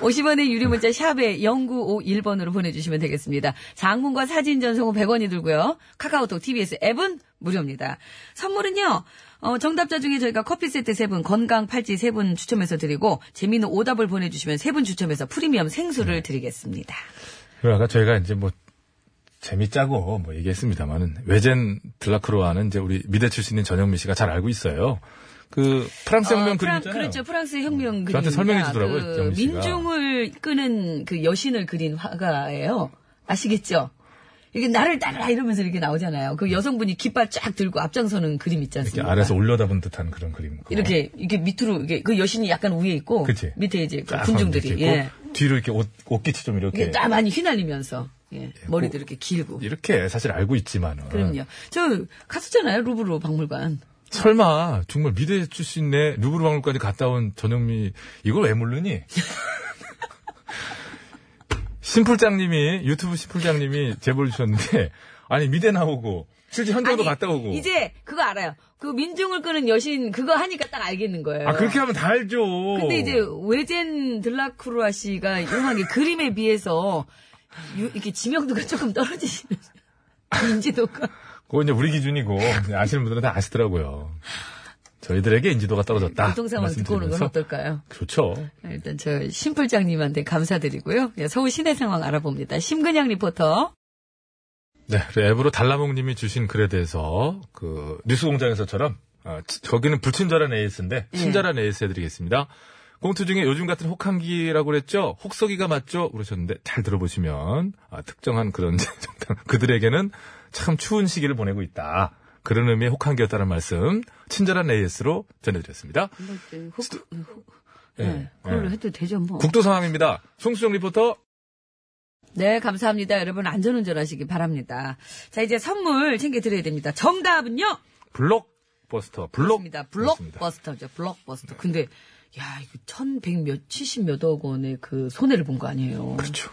C: 50원의 유료 문자 샵에 0951번으로 보내주시면 되겠습니다. 장문과 사진 전송은 100원이 들고요. 카카오톡, TBS 앱은 무료입니다. 선물은요. 어, 정답자 중에 저희가 커피 세트 3분, 건강 팔찌 3분 추첨해서 드리고 재미있는 오답을 보내주시면 3분 추첨해서 프리미엄 생수를 드리겠습니다.
A: 그리고 아까 저희가 이제 뭐, 재미짜고 뭐 얘기했습니다만은, 외젠 들라크로아는 이제 우리 미대 출신인 전영민 씨가 잘 알고 있어요. 그, 프랑스 혁명
C: 어,
A: 그림
C: 프랑-
A: 있잖아요.
C: 그렇죠. 프랑스 혁명 그림.
A: 저한테 설명해 주더라고요,
C: 그
A: 영미 씨가.
C: 민중을 끄는 그 여신을 그린 화가예요. 아시겠죠? 이게 나를 따라 이러면서 이렇게 나오잖아요. 그 여성분이 깃발 쫙 들고 앞장서는 그림
A: 이렇게
C: 있지 않습니까?
A: 아래서 올려다본 듯한 그런 그림. 그거.
C: 이렇게 이게 밑으로 이게 그 여신이 약간 위에 있고
A: 그치.
C: 밑에 이제 그
A: 쫙
C: 군중들이
A: 이렇게
C: 예.
A: 있고, 뒤로 이렇게 옷, 옷깃이 좀 이렇게.
C: 이게 딱 많이 휘날리면서 예. 머리도
A: 고- 예.
C: 이렇게 길고.
A: 이렇게 사실 알고 있지만은.
C: 그럼요. 저 갔었잖아요. 루브르 박물관.
A: 설마 정말 미대 출신의 루브르 박물관까지 갔다 온 전영미 이걸 왜 모르니? (laughs) 심플장님이 유튜브 심플장님이 제보를 주셨는데 아니 미대 나오고 실제 현장도
C: 아니,
A: 갔다 오고
C: 이제 그거 알아요. 그 민중을 끄는 여신 그거 하니까 딱 알겠는 거예요.
A: 아 그렇게 하면 다 알죠.
C: 근데 이제
A: 어.
C: 외젠 들라크루아 씨가 이용한 게 그림에 비해서 유- 이렇게 지명도가 조금 떨어지시는 (laughs) 인지도가
A: 그건 이제 우리 기준이고 이제 아시는 분들은 다 아시더라고요. 저희들에게 인지도가 떨어졌다.
C: 교통상황 듣고 오는 건
A: 아, 말씀드리면서.
C: 어떨까요? 네,
A: 좋죠.
C: 일단 저 심플장님한테 감사드리고요. 예, 서울 시내 상황 알아봅니다. 심근양 리포터.
A: 네, 그리고 앱으로 달라몽님이 주신 글에 대해서 그 뉴스공장에서처럼 어, 치- 저기는 불친절한 AS인데
C: 예.
A: 친절한 AS 해드리겠습니다. 공투 중에 요즘 같은 혹한기라고 그랬죠? 혹서기가 맞죠? 그러셨는데 잘 들어보시면 아, 특정한 그런 (laughs) 정당, 그들에게는 참 추운 시기를 보내고 있다. 그런 의미의 혹한기였다는 말씀 친절한 AS로 전해드렸습니다.
C: 그
A: 네,
C: 그걸로
A: 네.
C: 해도 되죠 뭐.
A: 국도 상황입니다. 송수정 리포터.
C: 네, 감사합니다. 여러분 안전운전 하시기 바랍니다. 자, 이제 선물 챙겨드려야 됩니다. 정답은요?
A: 블록버스터. 블록.
C: 맞습니다.
A: 맞습니다.
C: 블록버스터죠. 블록버스터. 근데 야, 이거 1100 몇, 70 몇억 원의 그 손해를 본 거 아니에요.
A: 그렇죠.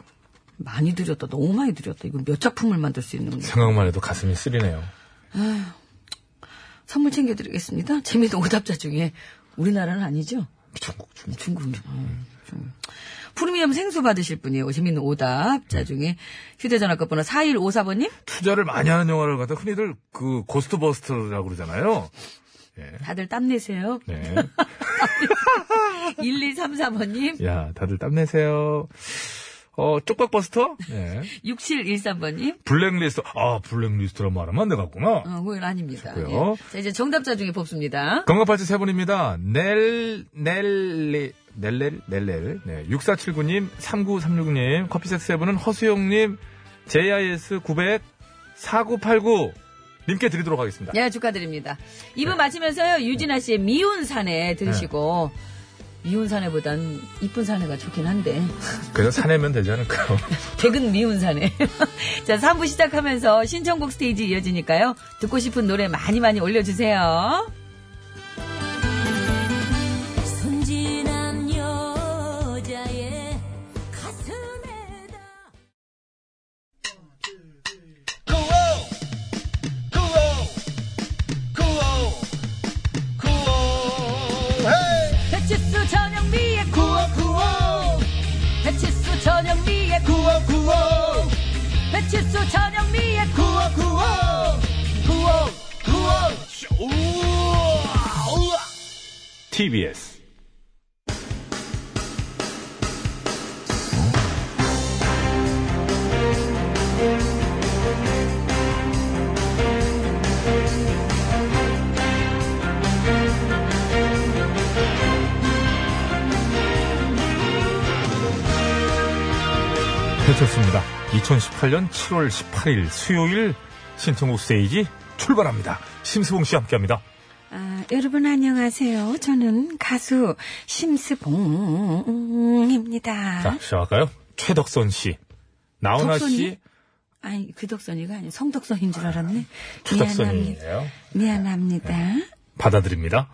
C: 많이 들였다. 너무 많이 들였다. 이거 몇 작품을 만들 수 있는 건데.
A: 생각만 해도 가슴이 쓰리네요.
C: 선물 챙겨드리겠습니다. 재미있는 오답자 중에 우리나라는 아니죠?
A: 미쳤고 좀
C: 중국. 음, 좀. 프리미엄 생수 받으실 분이에요. 재미있는
A: 네.
C: 오답자 중에 휴대전화 끝번호 4154번님?
A: 투자를 많이 하는 영화를 갖다 흔히들 그 고스트버스터라고 그러잖아요.
C: 다들 땀내세요.
A: 네.
C: 1234번님?
A: 야, 다들 땀내세요. 어, 쪽박버스터? 네.
C: 6713번님?
A: 블랙리스트. 아, 블랙리스트란 말하면 안 되겠구나.
C: 어, 그건 아닙니다.
A: 좋고요.
C: 예. 자, 이제 정답자 중에 뽑습니다.
A: 건강팔찌 세 분입니다. 넬, 넬리, 넬렐, 넬렐. 네. 6479님, 3936님, 커피색 세 분은 허수영님, JIS900, 4989님께 드리도록 하겠습니다. 네.
C: 네, 축하드립니다. 이분 마치면서요, 유진아 씨의 미운 사내 들으시고,
A: 네.
C: 미운 사내보단 이쁜 사내가 좋긴 한데, (laughs)
A: 그래서 사내면 되지 않을까요?
C: 퇴근 미운 사내. (laughs) 자, 3부 시작하면서 신청곡 스테이지 이어지니까요, 듣고 싶은 노래 많이 많이 올려주세요.
H: 순진한 여자의 가슴에다
C: 배치수 전영미의 구호구호 배치수 전영미의 구호구호 배치수 전영미의 구호구호
A: TBS 들으셨습니다. 2018년 7월 18일 수요일 신청곡 스테이지 출발합니다. 심수봉 씨와 함께합니다.
C: 아, 여러분 안녕하세요. 저는 가수 심스봉입니다.
A: 자, 시작할까요? 최덕선 씨, 나훈아 씨,
C: 덕선이? 아니 그 덕선이가 아니고 성덕선인 줄 알았네. 미안합니다.
A: 최덕선이에요.
C: 미안합니다.
A: 받아드립니다.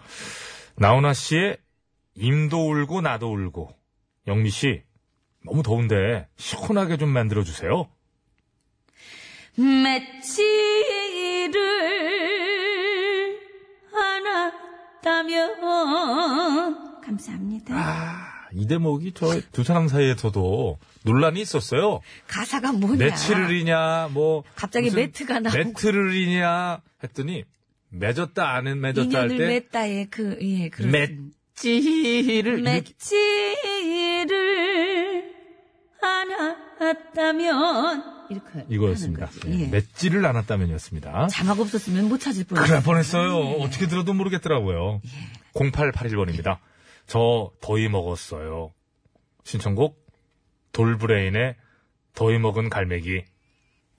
A: 나훈아 씨의 임도 울고 나도 울고 영미 씨 너무 더운데 시원하게 좀 만들어 주세요. 네.
H: 매치를
A: 아.
H: 안았다면 감사합니다.
A: 이 대목이 저 두 사람 사이에서도 논란이 있었어요.
C: 가사가 뭐냐?
A: 매치를이냐 뭐
C: 갑자기
A: 무슨
C: 매트가 나오고.
A: 매트를이냐 했더니 맺었다 안 했- 맺었다
C: 인연을
A: 할때
C: 맺다의 그예 그런
A: 맷지를 이렇게
H: 매치를 안았다면
C: 이렇게
A: 이거였습니다.
C: 하는 거지.
A: 예.
C: 예.
A: 맷지를 안 했다면이었습니다.
C: 자막 없었으면 못 찾을 뻔.
A: 그럴 뻔했어요. 어떻게 들어도 모르겠더라고요.
C: 예.
A: 0881번입니다. 저 더위 먹었어요. 신청곡 돌브레인의 더위 먹은 갈매기.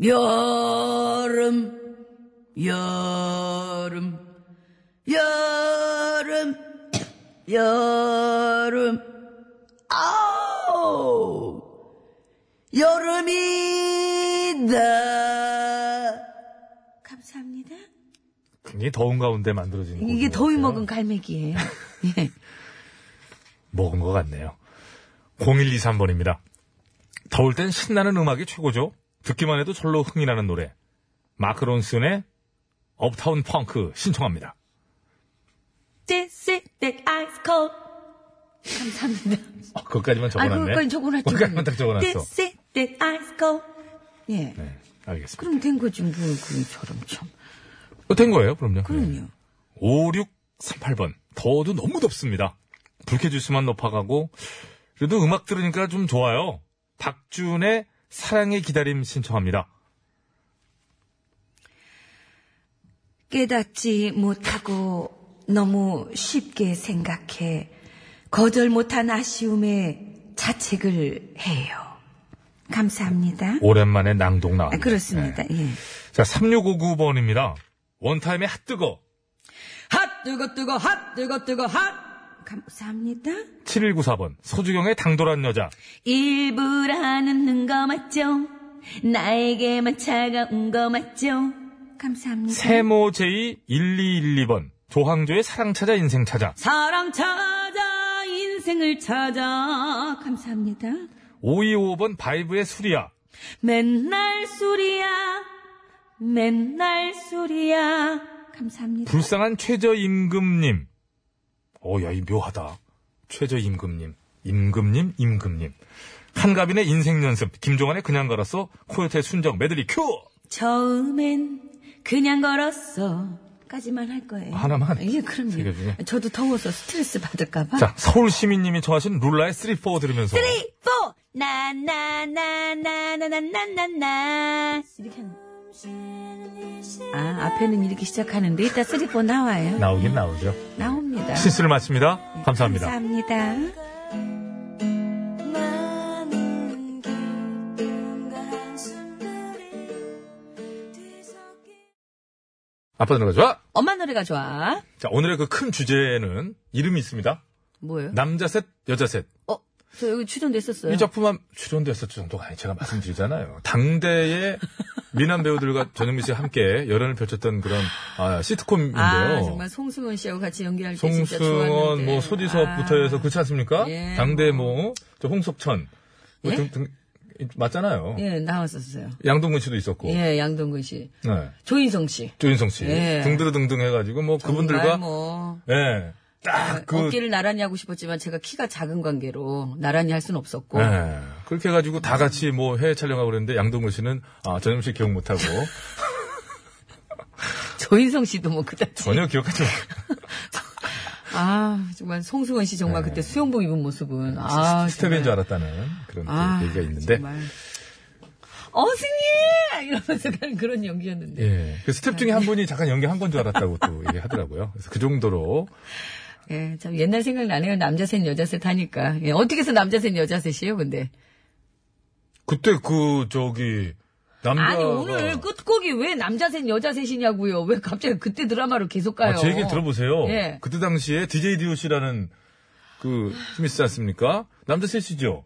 C: 여름, 여름, 여름, 여름, 아우, 여름이다. 감사합니다.
A: 굉장히 더운 가운데 만들어진 곡인
C: 이게
A: 것
C: 더위
A: 같아요. (laughs)
C: 먹은 갈매기예요. 예.
A: 먹은 것 같네요. 0123번입니다. 더울 땐 신나는 음악이 최고죠. 듣기만 해도 절로 흥이 나는 노래. 마크 론슨의 업타운 펑크 신청합니다.
H: This is the ice cold.
C: 감사합니다.
A: 아, 그것까지만
C: 아,
A: 적어놨네.
C: 그거까지 적어놨죠.
A: 그것까지만 딱 적어놨어.
H: This is the ice cold.
C: 예.
A: 네, 알겠습니다.
C: 그럼 된 거지, 뭐, 그처럼 참.
A: 어, 된 거예요, 그럼요. 네.
C: 그럼요.
A: 5638번. 더워도 너무 덥습니다. 불쾌지수만 높아가고, 그래도 음악 들으니까 좀 좋아요. 박준의 사랑의 기다림 신청합니다.
C: 깨닫지 못하고 너무 쉽게 생각해 거절 못한 아쉬움에 자책을 해요. 감사합니다.
A: 오랜만에 낭독
C: 아,
A: 나왔네요.
C: 그렇습니다.
A: 네.
C: 예.
A: 자, 3659번입니다. 원타임의 핫뜨거.
C: 핫 뜨거 뜨거 핫 뜨거 뜨거 핫. 감사합니다.
A: 7194번. 소주경의 당돌한 여자.
H: 일부러 안 웃는 거 맞죠? 나에게만 차가운 거 맞죠?
C: 감사합니다.
A: 세모 제이 1212번. 조항조의 사랑 찾아 인생 찾아.
C: 사랑 찾아 인생을 찾아. 감사합니다.
A: 525번 바이브의 수리야.
H: 맨날 술이야. 맨날 술이야.
C: 감사합니다.
A: 불쌍한 최저임금님. 어, 야, 이 묘하다. 최저임금님. 임금님, 임금님. 한가빈의 인생연습. 김종환의 그냥 걸었어. 코요태 순정. 메들리 큐!
C: 처음엔 그냥 걸었어. 까지만 할 거예요.
A: 하나만?
C: 예,
A: 세개 중에?
C: 그럼요. 저도 더워서 스트레스 받을까봐.
A: 자, 서울시민님이 청하신 룰라의 3-4 들으면서.
H: 포! 나, 나, 나, 나, 나, 나, 나, 나, 나. 이렇게 하는 거.
C: 아, 앞에는 이렇게 시작하는데 이따 3,4 나와요.
A: 나오긴 나오죠.
C: 나옵니다.
A: 실수를 마칩니다. 감사합니다.
C: 감사합니다.
H: 많은 기쁨과 한숨들이 뒤섞인
A: 아빠 노래가 좋아!
C: 엄마 노래가 좋아.
A: 자, 오늘의 그 큰 주제는 이름이 있습니다.
C: 뭐예요?
A: 남자 셋, 여자 셋.
C: 어, 저 여기 출연됐었어요.
A: 이 작품만 출연됐을 정도가 아니 제가 말씀드리잖아요. 당대의 미남 배우들과 전현미 씨와 함께 열연을 펼쳤던 그런 아, 시트콤인데요.
C: 아, 정말 송승헌 씨하고 같이 연기할 때 진짜
A: 송승헌,
C: 좋았는데.
A: 뭐 소지섭부터
C: 아.
A: 해서 그렇지 않습니까?
C: 예,
A: 당대 뭐 저 홍석천 뭐
C: 예?
A: 등, 등, 맞잖아요.
C: 예, 나왔었어요.
A: 양동근 씨도 있었고,
C: 예, 양동근 씨.
A: 네.
C: 조인성 씨.
A: 조인성 씨
C: 예.
A: 등등등등 해가지고 뭐 그분들과
C: 정말 뭐.
A: 예. 딱그
C: 어깨를 나란히 하고 싶었지만 제가 키가 작은 관계로 나란히 할 수는 없었고
A: 예. 그렇게 해가지고 다 같이 뭐 해외 촬영하고 그랬는데 양동근 씨는 아, 전현무 씨 기억
C: (laughs)
A: 못하고
C: (laughs) 조인성 씨도 뭐 그다지
A: 전혀 기억하지 못.
C: 아 정말 송승헌 씨 정말 그때 수영복 입은 모습은 아
A: 스텝인
C: 정말.
A: 네. 줄 알았다는 그런
C: 아,
A: 얘기가 있는데.
C: 정말. 어승이! 이러면서 가는 그런 연기였는데.
A: 예. 그 스텝 중에 한 분이 잠깐 연기한 건 줄 알았다고
C: (laughs)
A: 또 얘기하더라고요. 그래서 그 정도로
C: 예, 참 옛날 생각나네요. 남자 셋, 여자 셋 하니까. 예, 어떻게 해서 남자 셋, 여자 셋이에요, 근데?
A: 그때 그 저기 남자
C: 아니 오늘 그 끝곡이 왜 남자 셋 여자 셋이냐고요. 왜 갑자기 그때 드라마로 계속 가요.
A: 아, 제 얘기 들어보세요.
C: 예.
A: 그때 당시에 DJ DOC라는 그 팀이 있지 않습니까? 남자 셋이죠.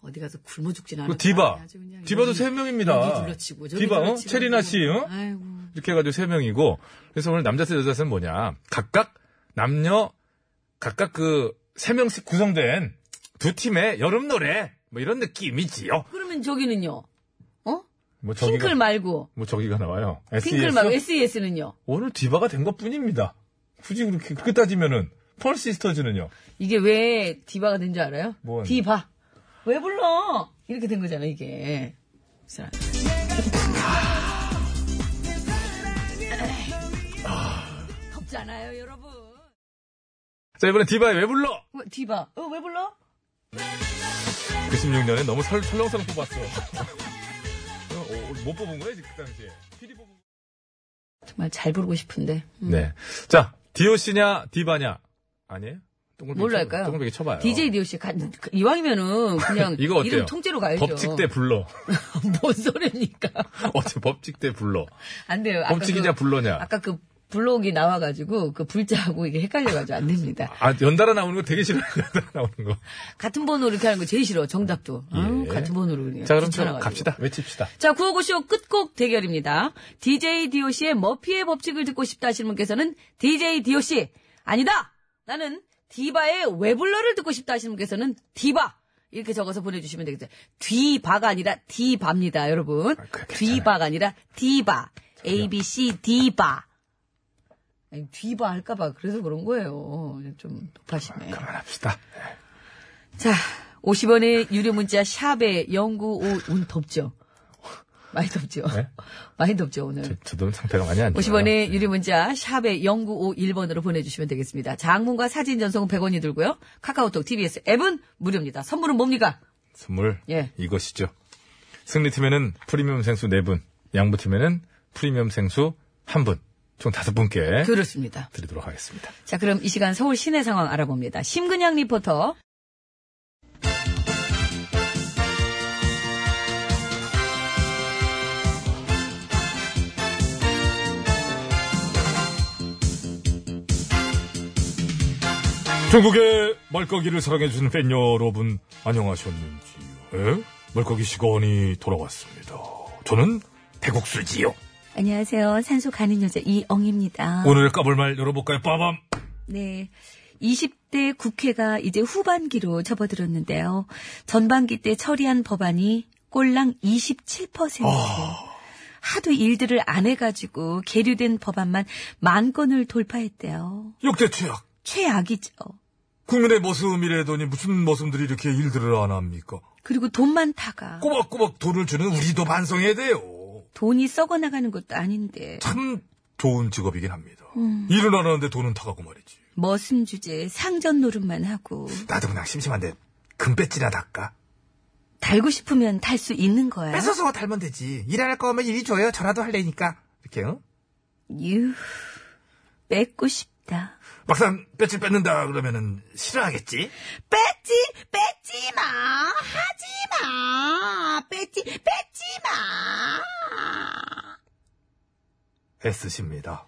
C: 어디 가서 굶어 죽진 않아.
A: 그 디바. 디바도 세 명입니다.
C: 여기 둘러치고 저기
A: 디바, 어?
C: 둘러치고
A: 체리나 씨, 어?
C: 아이고.
A: 이렇게 해가지고 세 명이고. 그래서 오늘 남자 셋, 여자 셋은 뭐냐. 각각 남녀, 각각 그 세 명씩 구성된 두 팀의 여름 노래. 뭐 이런 느낌이지요.
C: 그러면 저기는요. 어?
A: 뭐 저기가,
C: 핑클 말고
A: 뭐 저기가 나와요.
C: 핑클
A: SES?
C: 말고 E SES는요.
A: 오늘 디바가 된 것 뿐입니다. 굳이 그렇게, 그렇게 따지면은. 펄 시스터즈는요.
C: 이게 왜 디바가 된 줄 알아요?
A: 뭔?
C: 디바. 왜 불러? 이렇게 된 거잖아 이게. 자, 덥잖아요 여러분.
A: 자, 이번엔 디바의 왜 불러?
C: 왜, 디바. 어 왜 불러?
A: 96년에 너무 설, 설렁설렁 뽑았어. (laughs) 어, 어, 못 뽑은 거야, 이제 그 당시에. PD 뽑은 거야.
C: 정말 잘 부르고 싶은데. 음.
A: 네. 자, 디오씨냐, 디바냐. 아니에요? 똥글뱅이
C: 뭘로
A: 쳐-
C: 할까요?
A: 똥글뱅이 쳐봐요.
C: DJ 디오 씨 가- 그, 이왕이면은 그냥
A: 어. (laughs) 이거 어때요?
C: 이름 통째로 가야죠.
A: 법칙 때 불러.
C: (laughs)
A: (laughs)
C: 뭔 소리입니까?
A: 어째 법칙 때 불러.
C: 안 돼요. 아까
A: 법칙이냐,
C: 그-
A: 불러냐.
C: 아까 그 블록이 나와가지고 그 불자하고 이게 헷갈려가지고 안 됩니다.
A: 아, 연달아 나오는 거 되게 싫어요. (laughs) 연달아 나오는 거.
C: 같은 번호로 이렇게 하는 거 제일 싫어. 정답도. 아유,
A: 예.
C: 같은 번호로 그냥.
A: 자, 그럼 저
C: 귀찮아가지고.
A: 갑시다. 외칩시다.
C: 자, 구호고쇼 끝곡 대결입니다. DJ DOC의 머피의 법칙을 듣고 싶다 하시는 분께서는 DJ DOC. 아니다! 나는 디바의 외불러를 듣고 싶다 하시는 분께서는 디바. 이렇게 적어서 보내주시면 되겠죠. 뒤바가 아니라 디바입니다, 여러분. 뒤바가 아니라 디바. A, B, C, 디바. 아니, 뒤바 할까봐 그래서 그런 거예요. 좀 높아시네.
A: 합시다.
C: 자, 50원의 유료 문자 샵에 0955 오늘 덥죠? 많이 덥죠?
A: 네?
C: 많이 덥죠, 오늘.
A: 저, 도 상태가 많이 안 좋아요.
C: 50원의 유료 문자 샵에 0951번으로 보내주시면 되겠습니다. 장문과 사진 전송은 100원이 들고요. 카카오톡, TBS 앱은 무료입니다. 선물은 뭡니까?
A: 선물.
C: 예.
A: 이것이죠. 승리팀에는 프리미엄 생수 4분, 양보팀에는 프리미엄 생수 1분. 총 5분께
C: 그렇습니다.
A: 드리도록 하겠습니다.
C: 자, 그럼 이 시간 서울 시내 상황 알아봅니다. 심근양 리포터.
A: 중국의 말까기를 사랑해주신 팬 여러분, 안녕하셨는지요? 예? 말까기 시간이 돌아왔습니다. 저는 배국수지요.
H: 안녕하세요. 산소 가는 여자 이엉입니다.
A: 오늘의 까불말 열어볼까요? 빠밤!
H: 네. 20대 국회가 이제 후반기로 접어들었는데요. 전반기 때 처리한 법안이 꼴랑 27%. 하도 일들을 안 해가지고 계류된 법안만 만 건을 돌파했대요.
A: 역대 최악!
H: 최악이죠.
A: 국민의 머슴이라더니 무슨 머슴들이 이렇게 일들을 안 합니까?
H: 그리고 돈만 타가
A: 꼬박꼬박 돈을 주는 우리도 반성해야 돼요.
H: 돈이 썩어 나가는 것도 아닌데
A: 참 좋은 직업이긴 합니다. 일을 안 하는데 돈은 타가고 말이지.
H: 머슴 주제에 상전 노릇만 하고
D: 나도 그냥 심심한데 금배지나 닦아.
H: 달고 싶으면 달 수 있는 거야.
D: 뺏어서 뭐 달면 되지. 일 안 할 거면 일이 줘요. 전화도 할래니까. 이렇게 요
H: 유 뺏고 싶다.
D: 막상 뼈질 뺏는다 그러면은 싫어하겠지?
H: 뺏지 뺏지 마 하지 마 뺏지 뺏지 마
D: 애쓰십니다.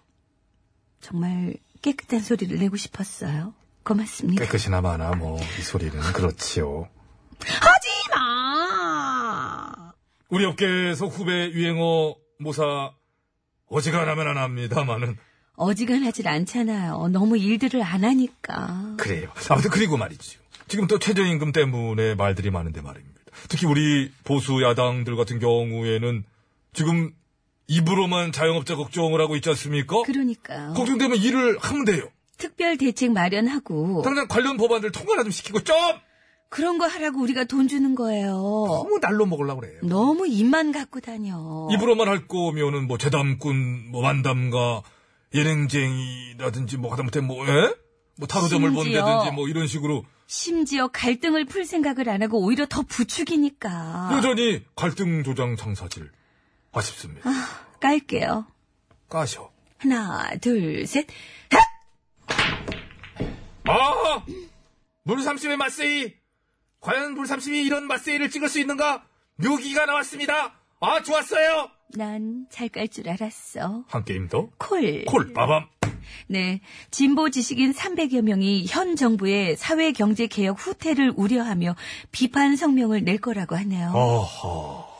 H: 정말 깨끗한 소리를 내고 싶었어요 고맙습니다
D: 깨끗이나마나 뭐 이 소리는 그렇지요.
H: 하지 마
A: 우리 업계에서 후배 유행어 모사 어지간하면 안 합니다만은
H: 어지간하질 않잖아요 너무 일들을 안 하니까
A: 그래요. 아무튼 그리고 말이죠. 지금 또 최저임금 때문에 말들이 많은데 말입니다. 특히 우리 보수 야당들 같은 경우에는 지금 입으로만 자영업자 걱정을 하고 있지 않습니까?
H: 그러니까요
A: 걱정되면 일을 하면 돼요.
H: 특별 대책 마련하고
A: 당장 관련 법안들 통과나 좀 시키고 좀
H: 그런 거 하라고 우리가 돈 주는 거예요
A: 너무 날로 먹으려고 그래요.
H: 너무 입만 갖고 다녀
A: 입으로만 할 거면은 뭐 재담꾼, 뭐 만담가, 예능쟁이라든지 뭐 하다못해 뭐 예? 뭐 타로점을
H: 심지어.
A: 본다든지 뭐 이런 식으로
H: 심지어 갈등을 풀 생각을 안 하고 오히려 더 부추기니까
A: 여전히 갈등 조장 장사질 아쉽습니다.
H: 깔게요
A: 까셔.
H: 하나, 둘, 셋.
D: 아! 물삼십의 맛세이! 과연 물삼십이 이런 맛세이를 찍을 수 있는가?
I: 묘기가 나왔습니다. 아, 좋았어요.
C: 난 잘 깔 줄 알았어.
A: 한 게임 더.
C: 콜.
A: 콜, 빠밤.
C: 네. 진보 지식인 300여 명이 현 정부의 사회 경제 개혁 후퇴를 우려하며 비판 성명을 낼 거라고 하네요.
A: 어. 어허.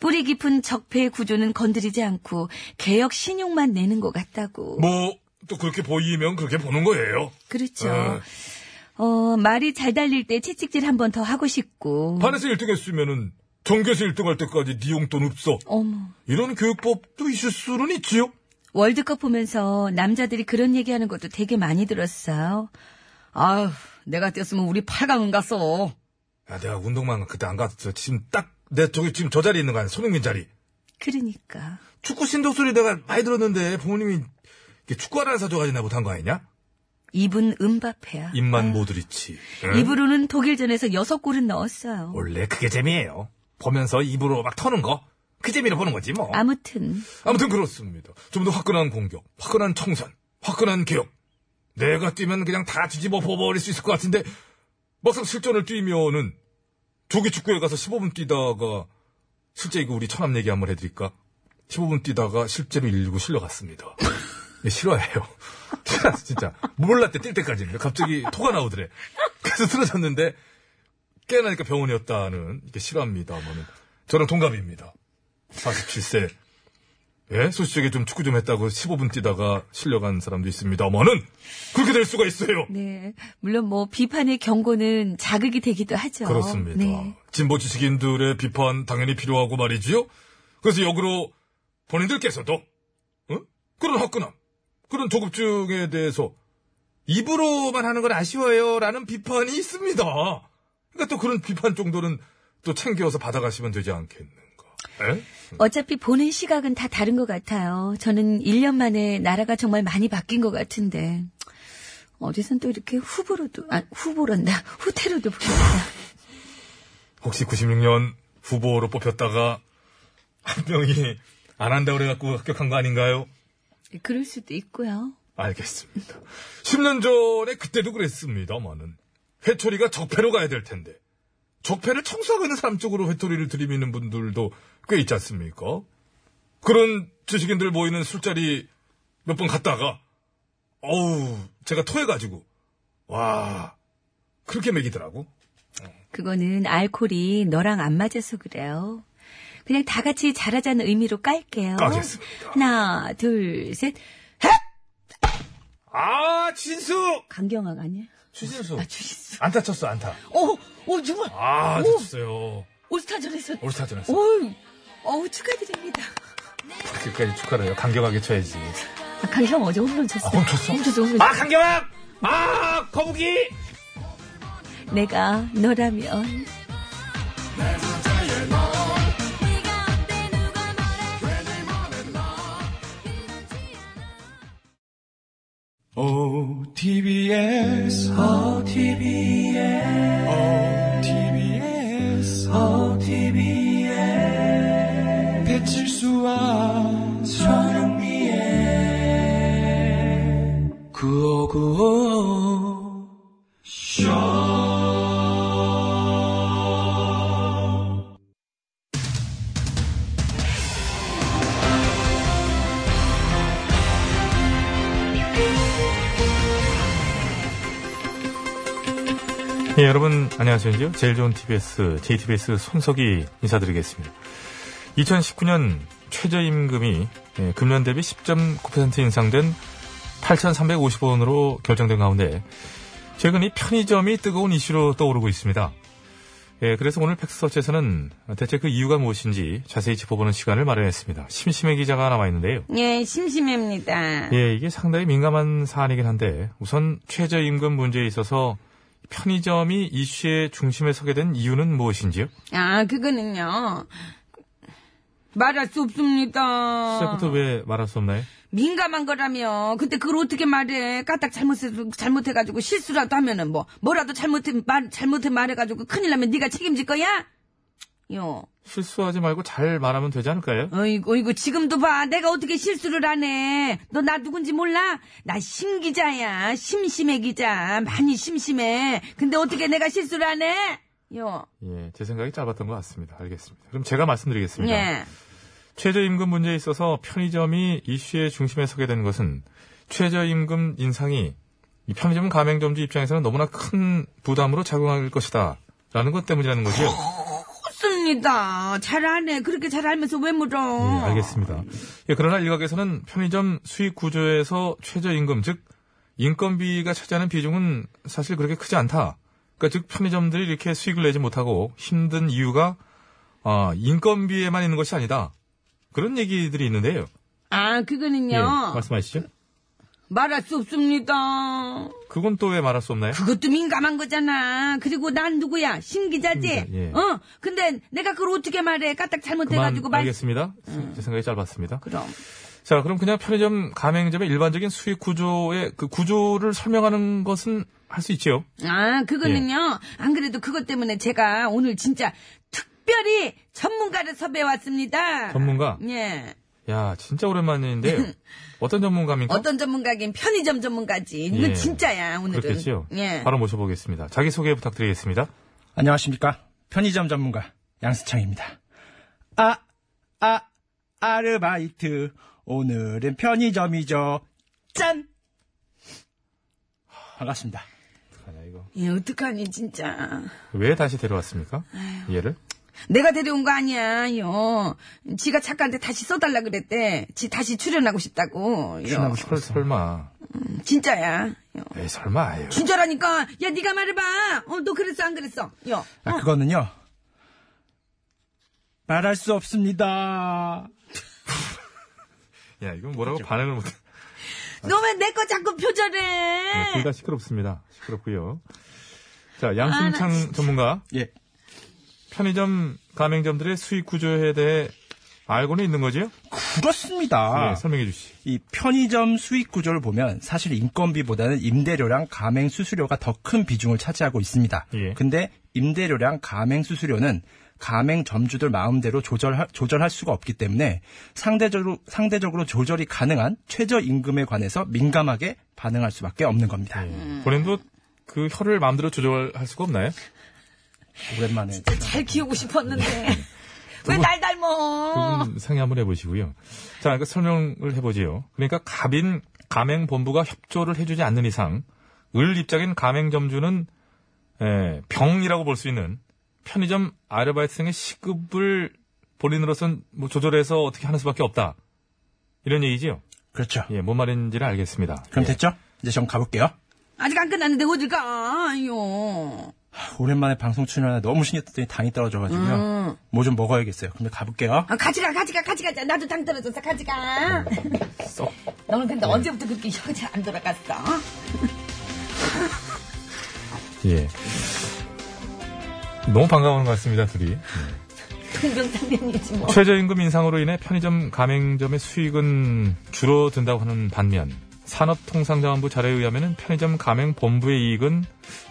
C: 뿌리 깊은 적폐 구조는 건드리지 않고 개혁 신용만 내는 것 같다고.
A: 뭐, 또 그렇게 보이면 그렇게 보는 거예요.
C: 그렇죠.
A: 네.
C: 어, 말이 잘 달릴 때 채찍질 한 번 더 하고 싶고.
A: 반에서 1등 했으면은, 전교에서 1등 할 때까지 니 용돈 없어.
C: 어머.
A: 이런 교육법도 있을 수는 있지요.
C: 월드컵 보면서 남자들이 그런 얘기하는 것도 되게 많이 들었어요.
J: 아휴, 내가 뛰었으면 우리 8강은 갔어.
A: 야, 내가 운동만 그때 안 갔어. 지금 딱, 내 저기 지금 저 자리 있는 거 아니야. 손흥민 자리.
C: 그러니까.
A: 축구 신동 소리 내가 많이 들었는데, 부모님이 이게 축구 하나 사줘가지고 못한 거 아니냐?
C: 입은 음바페야.
A: 입만 모드리치. 응?
C: 아. 입으로는 독일전에서 여섯 골은 넣었어요.
A: 원래 그게 재미예요. 보면서 입으로 막 터는 거. 그 재미로 보는 거지 뭐.
C: 아무튼
A: 아무튼 그렇습니다. 좀 더 화끈한 공격, 화끈한 청산, 화끈한 개혁. 내가 뛰면 그냥 다 뒤집어 버릴 수 있을 것 같은데 막상 실전을 뛰면은 조기 축구에 가서 15분 뛰다가 실제 이거 우리 천암 얘기 한번 해드릴까? 15분 뛰다가 실제로 119 실려갔습니다. (laughs) 예, 싫어해요. (laughs) 싫어, 진짜. 몰랐대, 뛸 때까지는. 갑자기 토가 나오더래. 그래서 쓰러졌는데, 깨어나니까 병원이었다는, 이게 싫어합니다만은. 저랑 동갑입니다. 47세. 예, 소시적에 좀 축구 좀 했다고 15분 뛰다가 실려간 사람도 있습니다만은, 그렇게 될 수가 있어요.
C: 네 물론 뭐 비판의 경고는 자극이 되기도 하죠.
A: 그렇습니다.
C: 네.
A: 진보 지식인들의 비판 당연히 필요하고 말이지요. 그래서 역으로 본인들께서도 응? 그런 화끈함, 그런 조급증에 대해서 입으로만 하는 건 아쉬워요라는 비판이 있습니다. 그러니까 또 그런 비판 정도는 또 챙겨서 받아가시면 되지 않겠는가. 에?
C: 어차피 보는 시각은 다 다른 것 같아요. 저는 1년 만에 나라가 정말 많이 바뀐 것 같은데 어디선 또 이렇게 후보로도 아 후보란다 후퇴로도 보겠다.
A: 혹시 96년 후보로 뽑혔다가 한 명이 안 한다고 그래갖고 합격한 거 아닌가요?
C: 네, 그럴 수도 있고요.
A: 알겠습니다. 10년 전에 그때도 그랬습니다만은 회초리가 적폐로 가야 될 텐데 적폐를 청소하고 있는 사람 쪽으로 회초리를 들이미는 분들도 꽤 있지 않습니까? 그런 지식인들 모이는 술자리 몇 번 갔다가 어우 제가 토해가지고 와 그렇게 먹이더라고
C: 그거는 알콜이 너랑 안 맞아서 그래요. 그냥 다 같이 잘하자는 의미로 깔게요.
A: 까겠습니다.
C: 하나, 둘, 셋.
A: 아 진수
C: 강경학 아니야?
A: 추진수 안 다쳤어 안타
J: 오,
K: 어,
J: 오, 정말.
A: 아 다쳤어요
J: 올스타전에서.
A: 올스타전에서
J: 오,
C: 어우, 축하드립니다.
A: 그까지 축하를 해요 강경하게 쳐야지
C: 아, 강경 어제 홈런 쳤어.
A: 홈런 쳤어?
C: 홈런 홈런
I: 아, 강경아! 아, 거북이!
C: 내가 너라면.
L: OTBS, OTBS, OTBS, OTBS. 배칠수와 전영미의 구호구호.
A: 예, 여러분 안녕하세요. 제일 좋은 TBS, JTBS 손석희 인사드리겠습니다. 2019년 최저임금이 예, 금년 대비 10.9% 인상된 8,350원으로 결정된 가운데 최근 이 편의점이 뜨거운 이슈로 떠오르고 있습니다. 예, 그래서 오늘 팩스서치에서는 대체 그 이유가 무엇인지 자세히 짚어보는 시간을 마련했습니다. 심심해 기자가 나와 있는데요.
K: 예, 심심합니다.
A: 예, 이게 상당히 민감한 사안이긴 한데 우선 최저임금 문제에 있어서 편의점이 이슈의 중심에 서게 된 이유는 무엇인지요?
K: 아, 그거는요. 말할 수 없습니다.
A: 시작부터 왜 말할 수 없나요?
K: 민감한 거라며. 근데 그걸 어떻게 말해? 까딱 잘못해 잘못해가지고 실수라도 하면은 뭐 뭐라도 잘못해 말 잘못해 말해가지고 큰일 나면 네가 책임질 거야? 요.
A: 실수하지 말고 잘 말하면 되지 않을까요?
K: 어이구, 어이구, 지금도 봐. 내가 어떻게 실수를 안 해. 너 나 누군지 몰라? 나 심기자야. 심심해 기자. 많이 심심해. 근데 어떻게 내가 실수를 안 해?
C: 요.
A: 예, 제 생각이 짧았던 것 같습니다. 알겠습니다. 그럼 제가 말씀드리겠습니다.
C: 예.
A: 최저임금 문제에 있어서 편의점이 이슈의 중심에 서게 된 것은 최저임금 인상이 이 편의점 가맹점주 입장에서는 너무나 큰 부담으로 작용할 것이다. 라는 것 때문이라는 거죠.
C: 좋습니다. 잘하네. 그렇게 잘 알면서 왜 물어?
A: 예, 알겠습니다. 예, 그러나 일각에서는 편의점 수익 구조에서 최저임금, 즉, 인건비가 차지하는 비중은 사실 그렇게 크지 않다. 그러니까 즉, 편의점들이 이렇게 수익을 내지 못하고 힘든 이유가, 아, 인건비에만 있는 것이 아니다. 그런 얘기들이 있는데요.
C: 아, 그거는요.
A: 예, 말씀하시죠.
C: 말할 수 없습니다.
A: 그건 또 왜 말할 수 없나요?
C: 그것도 민감한 거잖아. 그리고 난 누구야? 신 기자지?
A: 음, 예.
C: 어? 근데 내가 그걸 어떻게 말해? 까딱
A: 그만
C: 잘못해가지고 말. 음.
A: 알겠습니다. 제 생각이 짧았습니다.
C: 그럼.
A: 자, 그럼 그냥 편의점 가맹점의 일반적인 수익 구조의 그 구조를 설명하는 것은 할 수 있지요.
C: 아, 그거는요.
A: 예.
C: 안 그래도 그것 때문에 제가 오늘 진짜 특별히 전문가를 섭외해 왔습니다.
A: 전문가?
C: 예.
A: 야, 진짜
C: (laughs)
A: 오랜만인데요. 어떤 전문가입니까?
C: 어떤 전문가긴 편의점 전문가지. 이건
A: 예.
C: 진짜야, 오늘은.
A: 그렇겠지요.
C: 예.
A: 바로 모셔보겠습니다. 자기 소개 부탁드리겠습니다.
L: 안녕하십니까. 편의점 전문가 양수창입니다. 아, 아, 아르바이트. 오늘은 편의점이죠. 짠! 반갑습니다.
C: 예, 어떡하니, 진짜.
A: 왜 다시 데려왔습니까? 얘를?
C: 내가 데려온 거 아니야요. 지가 작가한테 다시 써달라 그랬대. 지 다시 출연하고 싶다고. 요.
A: 아, 설, 설마.
C: 진짜야. 요.
A: 에이, 설마, 아유.
C: 진짜라니까. 야, 네가 말해봐. 어, 너 그랬어, 안 그랬어? 요.
L: 아, 그거는요. 말할 수 없습니다.
A: 야, 이건 뭐라고 반응을 못해.
C: 너 왜 내 거 자꾸
A: 아. 네,
C: 표절해?
A: 둘다 시끄럽습니다. 시끄럽고요. 자,
C: 아,
A: 양승창 전문가.
L: 예.
A: 편의점 가맹점들의 수익 구조에 대해 알고는 있는 거지요?
L: 그렇습니다.
A: 예, 설명해 주시죠.
L: 이 편의점 수익 구조를 보면 사실 인건비보다는 임대료랑 가맹 수수료가 더 큰 비중을 차지하고 있습니다.
A: 예.
L: 근데 임대료랑 가맹 수수료는 가맹 점주들 마음대로 조절 조절할 수가 없기 때문에 상대적으로 상대적으로 조절이 가능한 최저 임금에 관해서 민감하게 반응할 수밖에 없는 겁니다.
A: 예.
L: 음.
A: 본인도 그 혀를 마음대로 조절할 수가 없나요?
L: 오랜만에
C: 잘 키우고
A: 네.
C: 싶었는데. 왜 날 닮어?
A: 그분 상의 한번 해보시고요. 자, 그러니까 설명을 해보지요. 그러니까 갑인 가맹본부가 협조를 해주지 않는 이상, 을 입장인 가맹점주는 에, 병이라고 볼 수 있는 편의점 아르바이트생의 시급을 본인으로선 뭐 조절해서 어떻게 하는 수밖에 없다. 이런 얘기지요.
L: 그렇죠.
A: 예, 뭔 말인지를 알겠습니다.
L: 그럼
A: 예.
L: 됐죠? 이제 전 가볼게요.
C: 아직 안 끝났는데 어딜 가? 요.
L: 오랜만에 방송 출연하다 너무 신경 썼더니 당이 떨어져가지고요. 뭐 좀 먹어야겠어요. 근데 가볼게요.
C: 아, 같이 가, 같이 가, 같이 가자. 나도 당 떨어졌어. 같이 가.
A: 썩.
C: 너는 근데 언제부터 그렇게 혀가 잘 안 돌아갔어?
A: 예. 너무 반가운 것 같습니다, 둘이.
C: 동병상련이지 뭐.
A: 최저임금 인상으로 인해 편의점 가맹점의 수익은 줄어든다고 하는 반면 산업통상자원부 자료에 의하면 편의점 가맹 본부의 이익은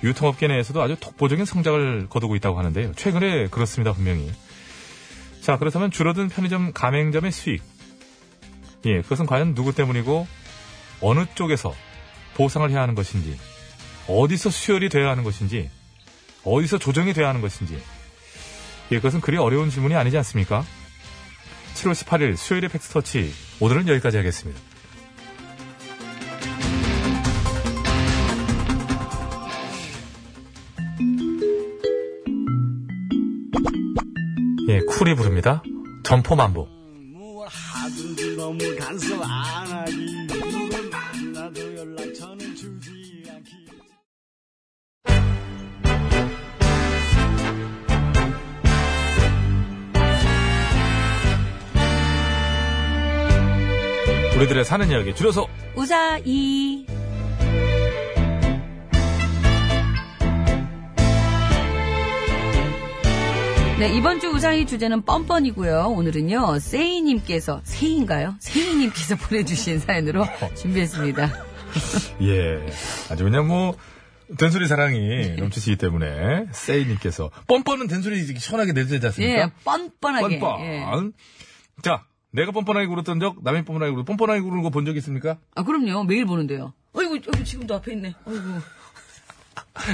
A: 유통업계 내에서도 아주 독보적인 성장을 거두고 있다고 하는데요. 최근에 그렇습니다, 분명히. 자, 그렇다면 줄어든 편의점 가맹점의 수익. 예, 그것은 과연 누구 때문이고 어느 쪽에서 보상을 해야 하는 것인지, 어디서 수혈이 돼야 하는 것인지, 어디서 조정이 돼야 하는 것인지. 예, 그것은 그리 어려운 질문이 아니지 않습니까? 7월 18일 수요일의 팩스터치 오늘은 여기까지 하겠습니다. 예, 쿨이 부릅니다. 점포만보.
M: 뭘 하든지 너무 간섭 안 하기 나도 연락 저는 주지 않기
A: 우리들의 사는 이야기 줄여서
N: 우사이.
O: 네, 이번 주 우상의 주제는 뻔뻔이고요. 오늘은요, 세이님께서, 세이인가요? 세이님께서 (laughs) 보내주신 사연으로 준비했습니다.
A: 예. 아주 그냥 뭐 된소리 사랑이 넘치시기 때문에 세이님께서 뻔뻔은 된소리 시원하게 내주지 않습니까?
O: 예, 뻔뻔하게.
A: 뻔뻔.
O: 예.
A: 자, 내가 뻔뻔하게 굴었던 적, 남이 뻔뻔하게 굴고 뻔뻔하게 구르는 거 본 적 있습니까?
O: 아, 그럼요. 매일 보는데요. 어이구, 어이구, 지금도 앞에 있네. 어이구.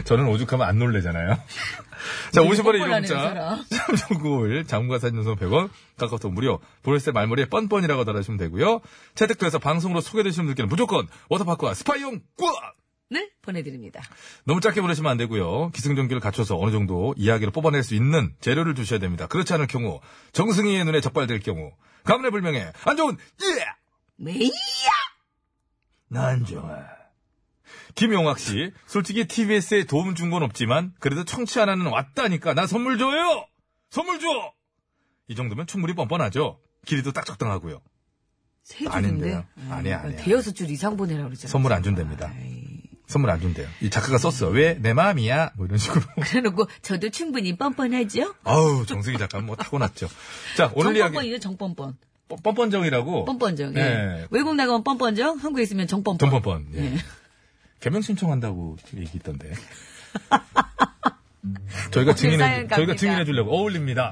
A: 저는 오죽하면 안 놀래잖아요. (laughs) 자, 50원의 유료
C: 뽀뽀라는
A: 문자. (laughs)
C: 사람.
A: 3991, 장문과 사진 연속 100원, 카카오톡 무료, 보냈을 때 말머리에 뻔뻔이라고 달아주시면 되고요. 채택돼서 방송으로 소개되시는 분들께는 무조건 워터파크와 스파이용 꽉!
C: 네, 보내드립니다.
A: 너무 짧게 보내시면 안 되고요. 기승전기를 갖춰서 어느 정도 이야기를 뽑아낼 수 있는 재료를 주셔야 됩니다. 그렇지 않을 경우 정승희의 눈에 적발될 경우 가문의 불명예 안 좋은 예!
C: 메이야!
D: 난정아.
A: 김용학 씨 솔직히 TBS에 도움 준 건 없지만 그래도 청취 안 하는 왔다니까 나 선물 줘요! 선물 줘! 이 정도면 충분히 뻔뻔하죠. 길이도 딱 적당하고요.
C: 세 줄인데?
A: 아닌데요. 아니야, 아니야.
C: 대여섯 줄 이상 보내라고 그러잖아.
A: 선물 안 준답니다. 선물 안 준대요. 이 작가가 썼어. 왜 내 마음이야? 뭐 이런 식으로.
C: (laughs)
A: (laughs)
C: 그래놓고 저도 충분히 뻔뻔하죠?
A: 아우 정승희 작가는 뭐 타고났죠. 자 오늘 뭐 이야기
C: 정뻔뻔이에요, 정뻔뻔.
A: 뻔- 뻔뻔정이라고
C: 뻔뻔정. 예.
A: 예.
C: 외국 나가면 뻔뻔정, 한국에 있으면 정뻔뻔.
A: 전뻔뻔. 예. 개명 신청한다고
C: (laughs)
A: 얘기했던데. 저희가 증인해,
C: 그 사연
A: 저희가
C: 갑니다.
A: 증인해 주려고 어울립니다.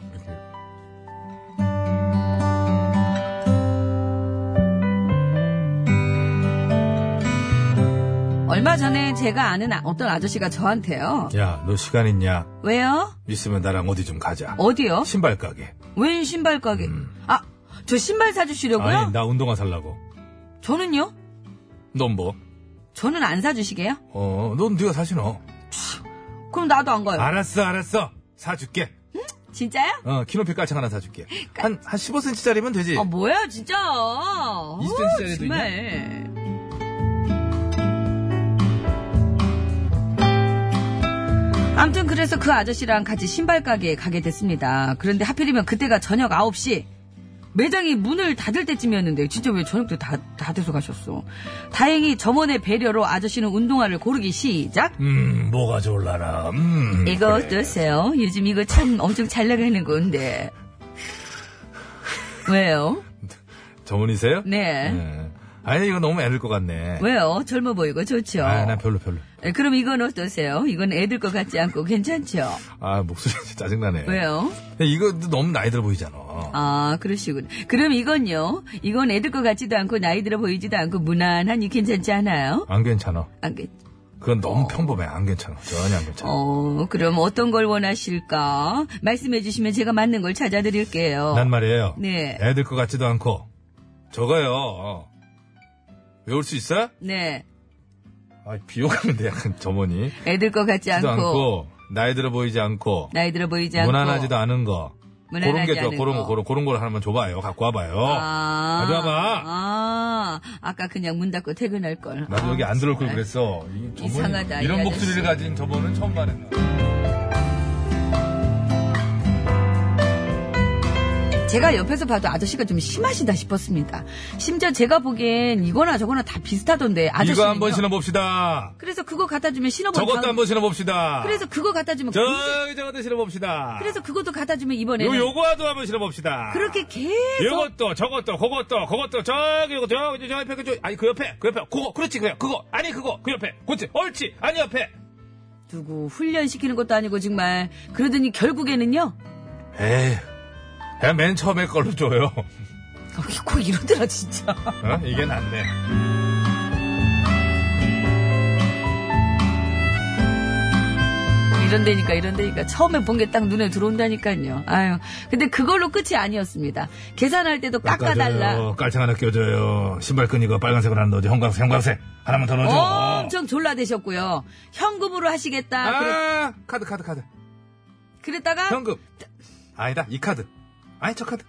C: 얼마 전에 제가 아는 아- 어떤 아저씨가 저한테요.
A: 야, 너 시간 있냐?
C: 왜요?
A: 있으면 나랑 어디 좀 가자.
C: 어디요?
A: 신발 가게.
C: 웬 신발 가게? 아, 저 신발 사주시려고요?
A: 음. 아니, 나 운동화 살라고.
C: 저는요?
A: 넌 뭐?
C: 저는 안 사주시게요?
A: 어, 넌 네가 사시노.
C: 그럼 나도 안 가요.
A: 알았어, 알았어. 사줄게.
C: 진짜요?
A: 어, 키높이 깔창 하나 사줄게. 한, 한 15cm짜리면 되지.
C: 아, 뭐야, 진짜.
A: 이스턴
C: 어,
A: 시절에도
C: 정말. 아무튼 그래서 그 아저씨랑 같이 신발 가게에 가게 됐습니다. 그런데 하필이면 그때가 저녁 9시. 매장이 문을 닫을 때쯤이었는데 진짜 왜 저녁 때 다, 다 돼서 가셨어. 다행히 점원의 배려로 아저씨는 운동화를 고르기 시작.
A: 음, 뭐가 좋을라나. 음.
C: 이거 어떠세요? 요즘 이거 참 엄청 잘 나가는 건데. 왜요?
A: 정훈이세요?
C: 네.
A: 예. 아니, 이거 너무 애들 것 같네.
C: 왜요? 젊어 보이고 좋죠.
A: 아, 나 별로, 별로.
C: 에, 그럼 이건 어떠세요? 이건 애들 것 같지 않고 괜찮죠?
A: 아, 목소리 진짜 짜증나네.
C: 왜요?
A: 이거 너무 나이 들어 보이잖아.
C: 아, 그러시군. 그럼 이건요? 이건 애들 것 같지도 않고 나이 들어 보이지도 않고 무난하니 괜찮지 않아요?
A: 안 괜찮아.
C: 아, 그-
A: 그건 너무 평범해. 안 괜찮아. 전혀 안 괜찮아.
C: 어, 그럼 어떤 걸 원하실까? 말씀해 주시면 제가 맞는 걸 찾아드릴게요.
A: 난 말이에요.
C: 네.
A: 애들 것 같지도 않고. 저거요. 어. 외울 수 있어?
C: 네.
A: 아, 비호감인데 약간 점원이.
C: 애들 것 같지
A: 지도
C: 않고,
A: 않고, 나이 들어 보이지 않고,
C: 나이 들어 보이지 않고.
A: 무난하지도 않은 거. 그런
C: 무난하지
A: 게 좋아.
C: 않은
A: 그런 거,
C: 거.
A: 그런, 그런 걸 하나만 줘봐요. 갖고 와봐요.
C: 아.
A: 가져와봐.
C: 아, 아까 그냥 문 닫고 퇴근할 걸. 아,
A: 나도 여기 안 들어올 걸 그랬어. 이 저번에
C: 이상하다, 이
A: 이런
C: 아저씨.
A: 목소리를 가진 저번은 처음 말했나.
C: 제가 옆에서 봐도 아저씨가 좀 심하시다 싶었습니다. 심지어 제가 보기엔 이거나 저거나 다 비슷하던데 아저씨.
A: 이거 한번 신어봅시다.
C: 그래서 그거 갖다 주면 신어본
A: 저것도
C: 다음-
A: 한번 신어봅시다.
C: 그래서 그거 갖다 주면 공식-
A: 저기 저것도 실어봅시다.
C: 그래서 그것도 갖다 주면 이번에
A: 요
C: 는
A: 요거도 한번 실어봅시다.
C: 그렇게 계속
A: 요것도 저것도 그것도 그것도 저기 요거 저기 저 옆에 그저 아니 그 옆에 그 옆에 그거 그렇지 그래 그거 아니 그거 그 옆에 그렇지 옳지 아니 옆에
C: 두고 훈련시키는 것도 아니고 정말 그러더니 결국에는요.
A: 에이 그냥 맨 처음에 걸로 줘요
C: 꼭 이러더라 진짜.
A: 어? 이게 낫네
C: 이런 데니까 이런 데니까 처음에 본 게 딱 눈에 들어온다니까요. 아유. 근데 그걸로 끝이 아니었습니다. 계산할 때도 깎아달라.
A: 깎아줘요. 깔창 하나 껴줘요 신발끈이가 빨간색으로 하나 넣어줘 형광색 형광색 하나만 더 넣어줘
C: 엄청 졸라대셨고요. 현금으로 하시겠다. 그랬,
A: 아 카드 카드 카드
C: 다가
A: 현금 아니다 이 카드 아니 저 카드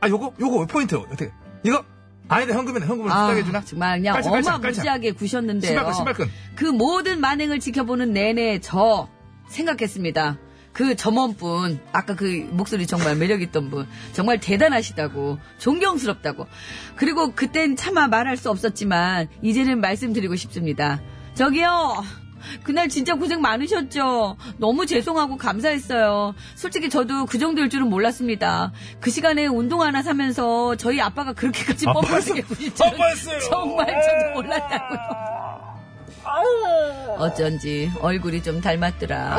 A: 아 요거 요거 포인트 어떻게 이거 아니다 현금이네 현금을
C: 아,
A: 수당해 주나
C: 정말 그냥
A: 깔창, 깔창,
C: 어마무지하게 구셨는데요.
A: 신발끈 신발끈
C: 그 모든 만행을 지켜보는 내내 저 생각했습니다. 그 점원분, 아까 그 목소리 정말 매력있던 분, 정말 대단하시다고, 존경스럽다고. 그리고 그땐 차마 말할 수 없었지만, 이제는 말씀드리고 싶습니다. 저기요! 그날 진짜 고생 많으셨죠? 너무 죄송하고 감사했어요. 솔직히 저도 그 정도일 줄은 몰랐습니다. 그 시간에 운동 하나 사면서 저희 아빠가 그렇게까지 뻔뻔하게 군인 줄은
A: 뻔뻔했어요. 예.
C: 정말 저도 몰랐다고요. 어쩐지 얼굴이 좀 닮았더라.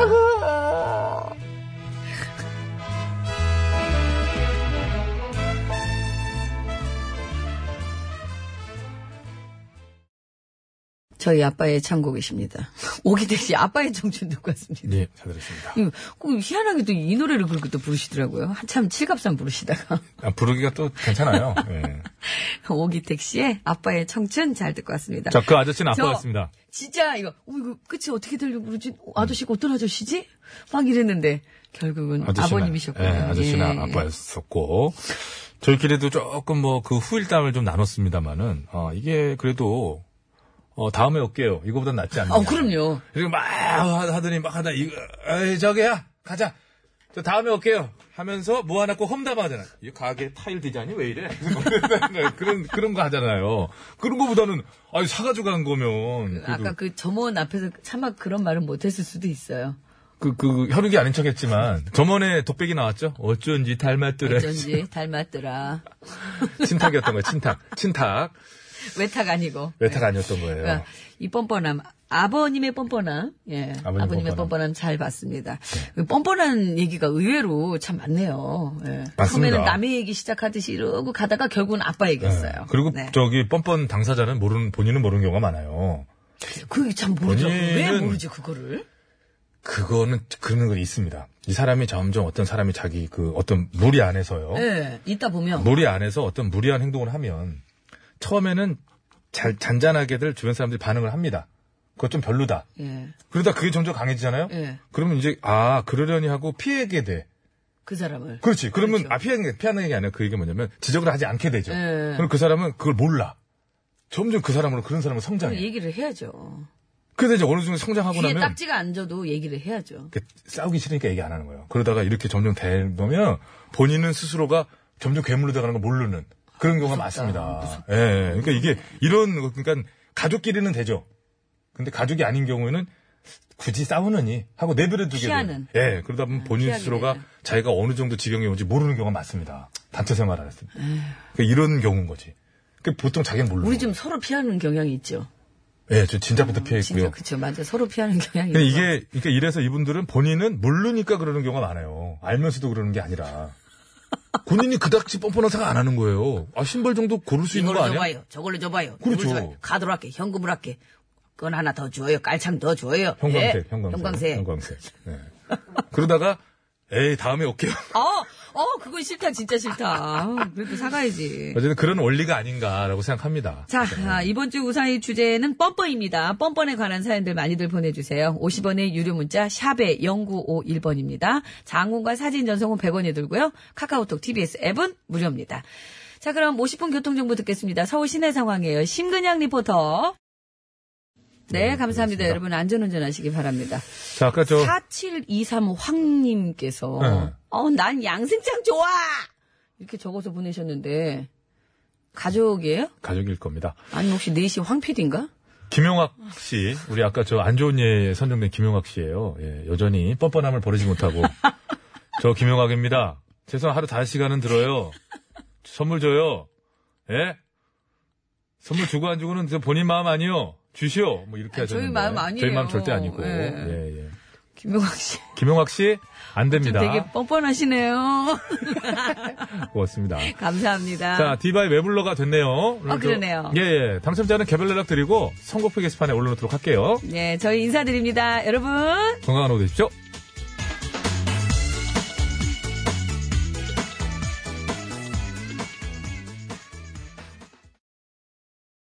C: 저희 아빠의 창곡이십니다. (laughs) 오기대 씨 아빠의 청춘도 같습니다.
A: 예, 잘 들었습니다.
C: 음, 그 희한하게 또 이 노래를 그렇게 또 부르시더라고요. 한참 칠갑산 부르시다가. (laughs)
A: 아, 부르기가 또 괜찮아요. 예.
C: 오기택 씨의 아빠의 청춘 잘 듣고 왔습니다.
A: 자, 그 아저씨는
C: 저-
A: 아빠 같습니다.
C: 진짜 이거, 어, 이거 끝이 어떻게 되려고 그러지? 어, 아저씨가 어떤 아저씨지? 막 이랬는데 결국은 아버님이셨군요
A: 예, 아저씨는 아빠였었고 저희끼리도 조금 뭐 그 후일담을 좀 나눴습니다만은 어, 이게 그래도 어, 다음에 올게요. 이거보단 낫지 않나?
C: 어, 그럼요.
A: 그리고 막 하- 하더니 막 하다 이거 에이, 저기야 가자. 저 다음에 올게요. 하면서 뭐 하나 꼭 험담하잖아. 이 가게 타일 디자인이 왜 이래? (laughs) 그런 그런 거 하잖아요. 그런 거보다는 아니 사가지고 간 거면 그래도
C: 아까 그 점원 앞에서 차마 그런 말은 못했을 수도 있어요.
A: 그, 그, 혈육이 아닌 척 했지만, 저번에 독백이 나왔죠? 어쩐지 닮았더라.
C: 어쩐지 닮았더라.
A: (laughs) 친탁이었던 거예요, 친탁. 친탁.
C: 외탁 아니고.
A: 외탁 아니었던 거예요.
C: 그러니까 이 뻔뻔함 아버님의 뻔뻔함 예
A: 네. 아버님
C: 아버님 의
A: 뻔뻔함. 네.
C: 뻔뻔함 잘 봤습니다 그 뻔뻔한 얘기가 의외로 참 많네요 예.
A: 맞습니다.
C: 처음에는 남의 얘기 시작하듯이 이러고 가다가 결국은 아빠 얘기였어요
A: 네. 그리고
C: 네.
A: 저기 뻔뻔 당사자는 모르는, 본인은 모르는 경우가 많아요.
C: 그게 참 모르죠
A: 본인은-
C: 왜 모르지 그거를
A: 그거는, 그런 건 있습니다. 이 사람이 점점 어떤 사람이 자기 그 어떤 뭐- 무리 안에서요.
C: 예 있다 보면
A: 무리 안에서 어떤 무리한 행동을 하면, 처음에는 잘, 잔잔하게들 주변 사람들이 반응을 합니다. 그거 좀 별로다.
C: 예
A: 그러다 그게 점점 강해지잖아요?
C: 예.
A: 그러면 이제, 아, 그러려니 하고 피해게 돼.
C: 그 사람을 그렇죠.
A: 그렇지. 그러면 아, 피하는 게, 피하는 게 아니라 그 얘기 뭐냐면 지적을 하지 않게 되죠.
C: 예.
A: 그럼 그 사람은 그걸 몰라. 점점 그 사람으로 그런 사람은 성장해.
C: 얘기를 해야죠
A: 그래서 이제 어느 순간 성장하고
C: 귀에
A: 나면
C: 딱지가 안 져도 얘기를 해야죠
A: 그 싸우기 싫으니까 얘기 안 하는 거예요. 그러다가 이렇게 점점 되면 본인은 스스로가 점점 괴물로 돼가는 걸 모르는 그런 경우가 많습니다. 예, 예. 그러니까 이게 이런 거, 그러니까 가족끼리는 되죠. 근데 가족이 아닌 경우에는 굳이 싸우느니 하고 내버려 두게 돼요.
C: 피하는. 네,
A: 예, 그러다 보면 본인
C: 피하게
A: 스스로가
C: 되죠.
A: 자기가 어느 정도 지경에 온지 모르는 경우가 많습니다. 단체 생활을 했을 때. 그러니까 이런 경우인 거지. 그 보통 자기는 모르는
C: 네. 우리
A: 거예요.
C: 좀 서로 피하는 경향이 있죠
A: 예, 저 진작부터
C: 진짜
A: 피했고요.
C: 그쵸 맞아 서로 피하는 경향이
A: 근데
C: 있죠
A: 이게, 그러니까 이래서 이분들은 본인은 모르니까 그러는 경우가 많아요. 알면서도 그러는 게 아니라. 본인이 그닥지 뻔뻔한 생각 안 하는 거예요. 아, 신발 정도 고를 수 있는
C: 이걸로
A: 거 아니야?
C: 줘봐요. 저걸로 줘봐요.
A: 그렇죠.
C: 이걸로 줘봐요. 카드로 할게. 현금으로 할게. 건 하나 더 줘요. 깔창 더 줘요.
A: 형광색,
C: 예.
A: 형광색.
C: 형광색.
A: 형광색. 네. 그러다가, 에이, 다음에 올게요. (laughs)
C: 어, 어, 그건 싫다. 진짜 싫다. 그래도 사가야지.
A: 어쨌든 그런 원리가 아닌가라고 생각합니다.
C: 자, 아, 이번 주 우사의 주제는 뻔뻔입니다. 뻔뻔에 관한 사연들 많이들 보내주세요. 50원의 유료 문자 샵에 0951번입니다. 장문과 사진 전송은 100원이 들고요. 카카오톡, TBS 앱은 무료입니다. 자, 그럼 50분 교통정보 듣겠습니다. 서울 시내 상황이에요. 심근양 리포터. 네, 감사합니다. 여러분 안전운전 하시기 바랍니다.
A: 자, 아까 저,
C: 4723 황님께서,
A: 네.
C: 어, 난 양승장 좋아! 이렇게 적어서 보내셨는데, 가족이에요?
A: 가족일 겁니다.
C: 아니 혹시 넷이 황필인가?
A: 김용학 씨, 우리 아까 저 안 좋은 예에 선정된 김용학 씨예요. 예, 여전히 뻔뻔함을 버리지
C: (laughs)
A: 못하고 저 김용학입니다. 죄송 하루 5시간은 들어요. 선물 줘요. 예? 선물 주고 안 주고는 저 본인 마음 아니요. 주시오. 뭐 이렇게
C: 아니, 저희
A: 하셨는데
C: 마음 아니에요.
A: 저희 마음 절대 아니고.
C: 예.
A: 예, 예.
C: 김용학 씨. (laughs)
A: 김용학 씨 안
C: 좀
A: 됩니다.
C: 되게 뻔뻔하시네요. (laughs)
A: 고맙습니다.
C: 감사합니다.
A: 자, 디바의 외블러가 됐네요. 오늘 저-
C: 아. 그러네요.
A: 예, 예. 당첨자는 개별 연락 드리고 선거표 게시판에 올려놓도록 할게요.
C: 네, 저희 인사드립니다. 여러분.
A: 건강한 오후 되십시오.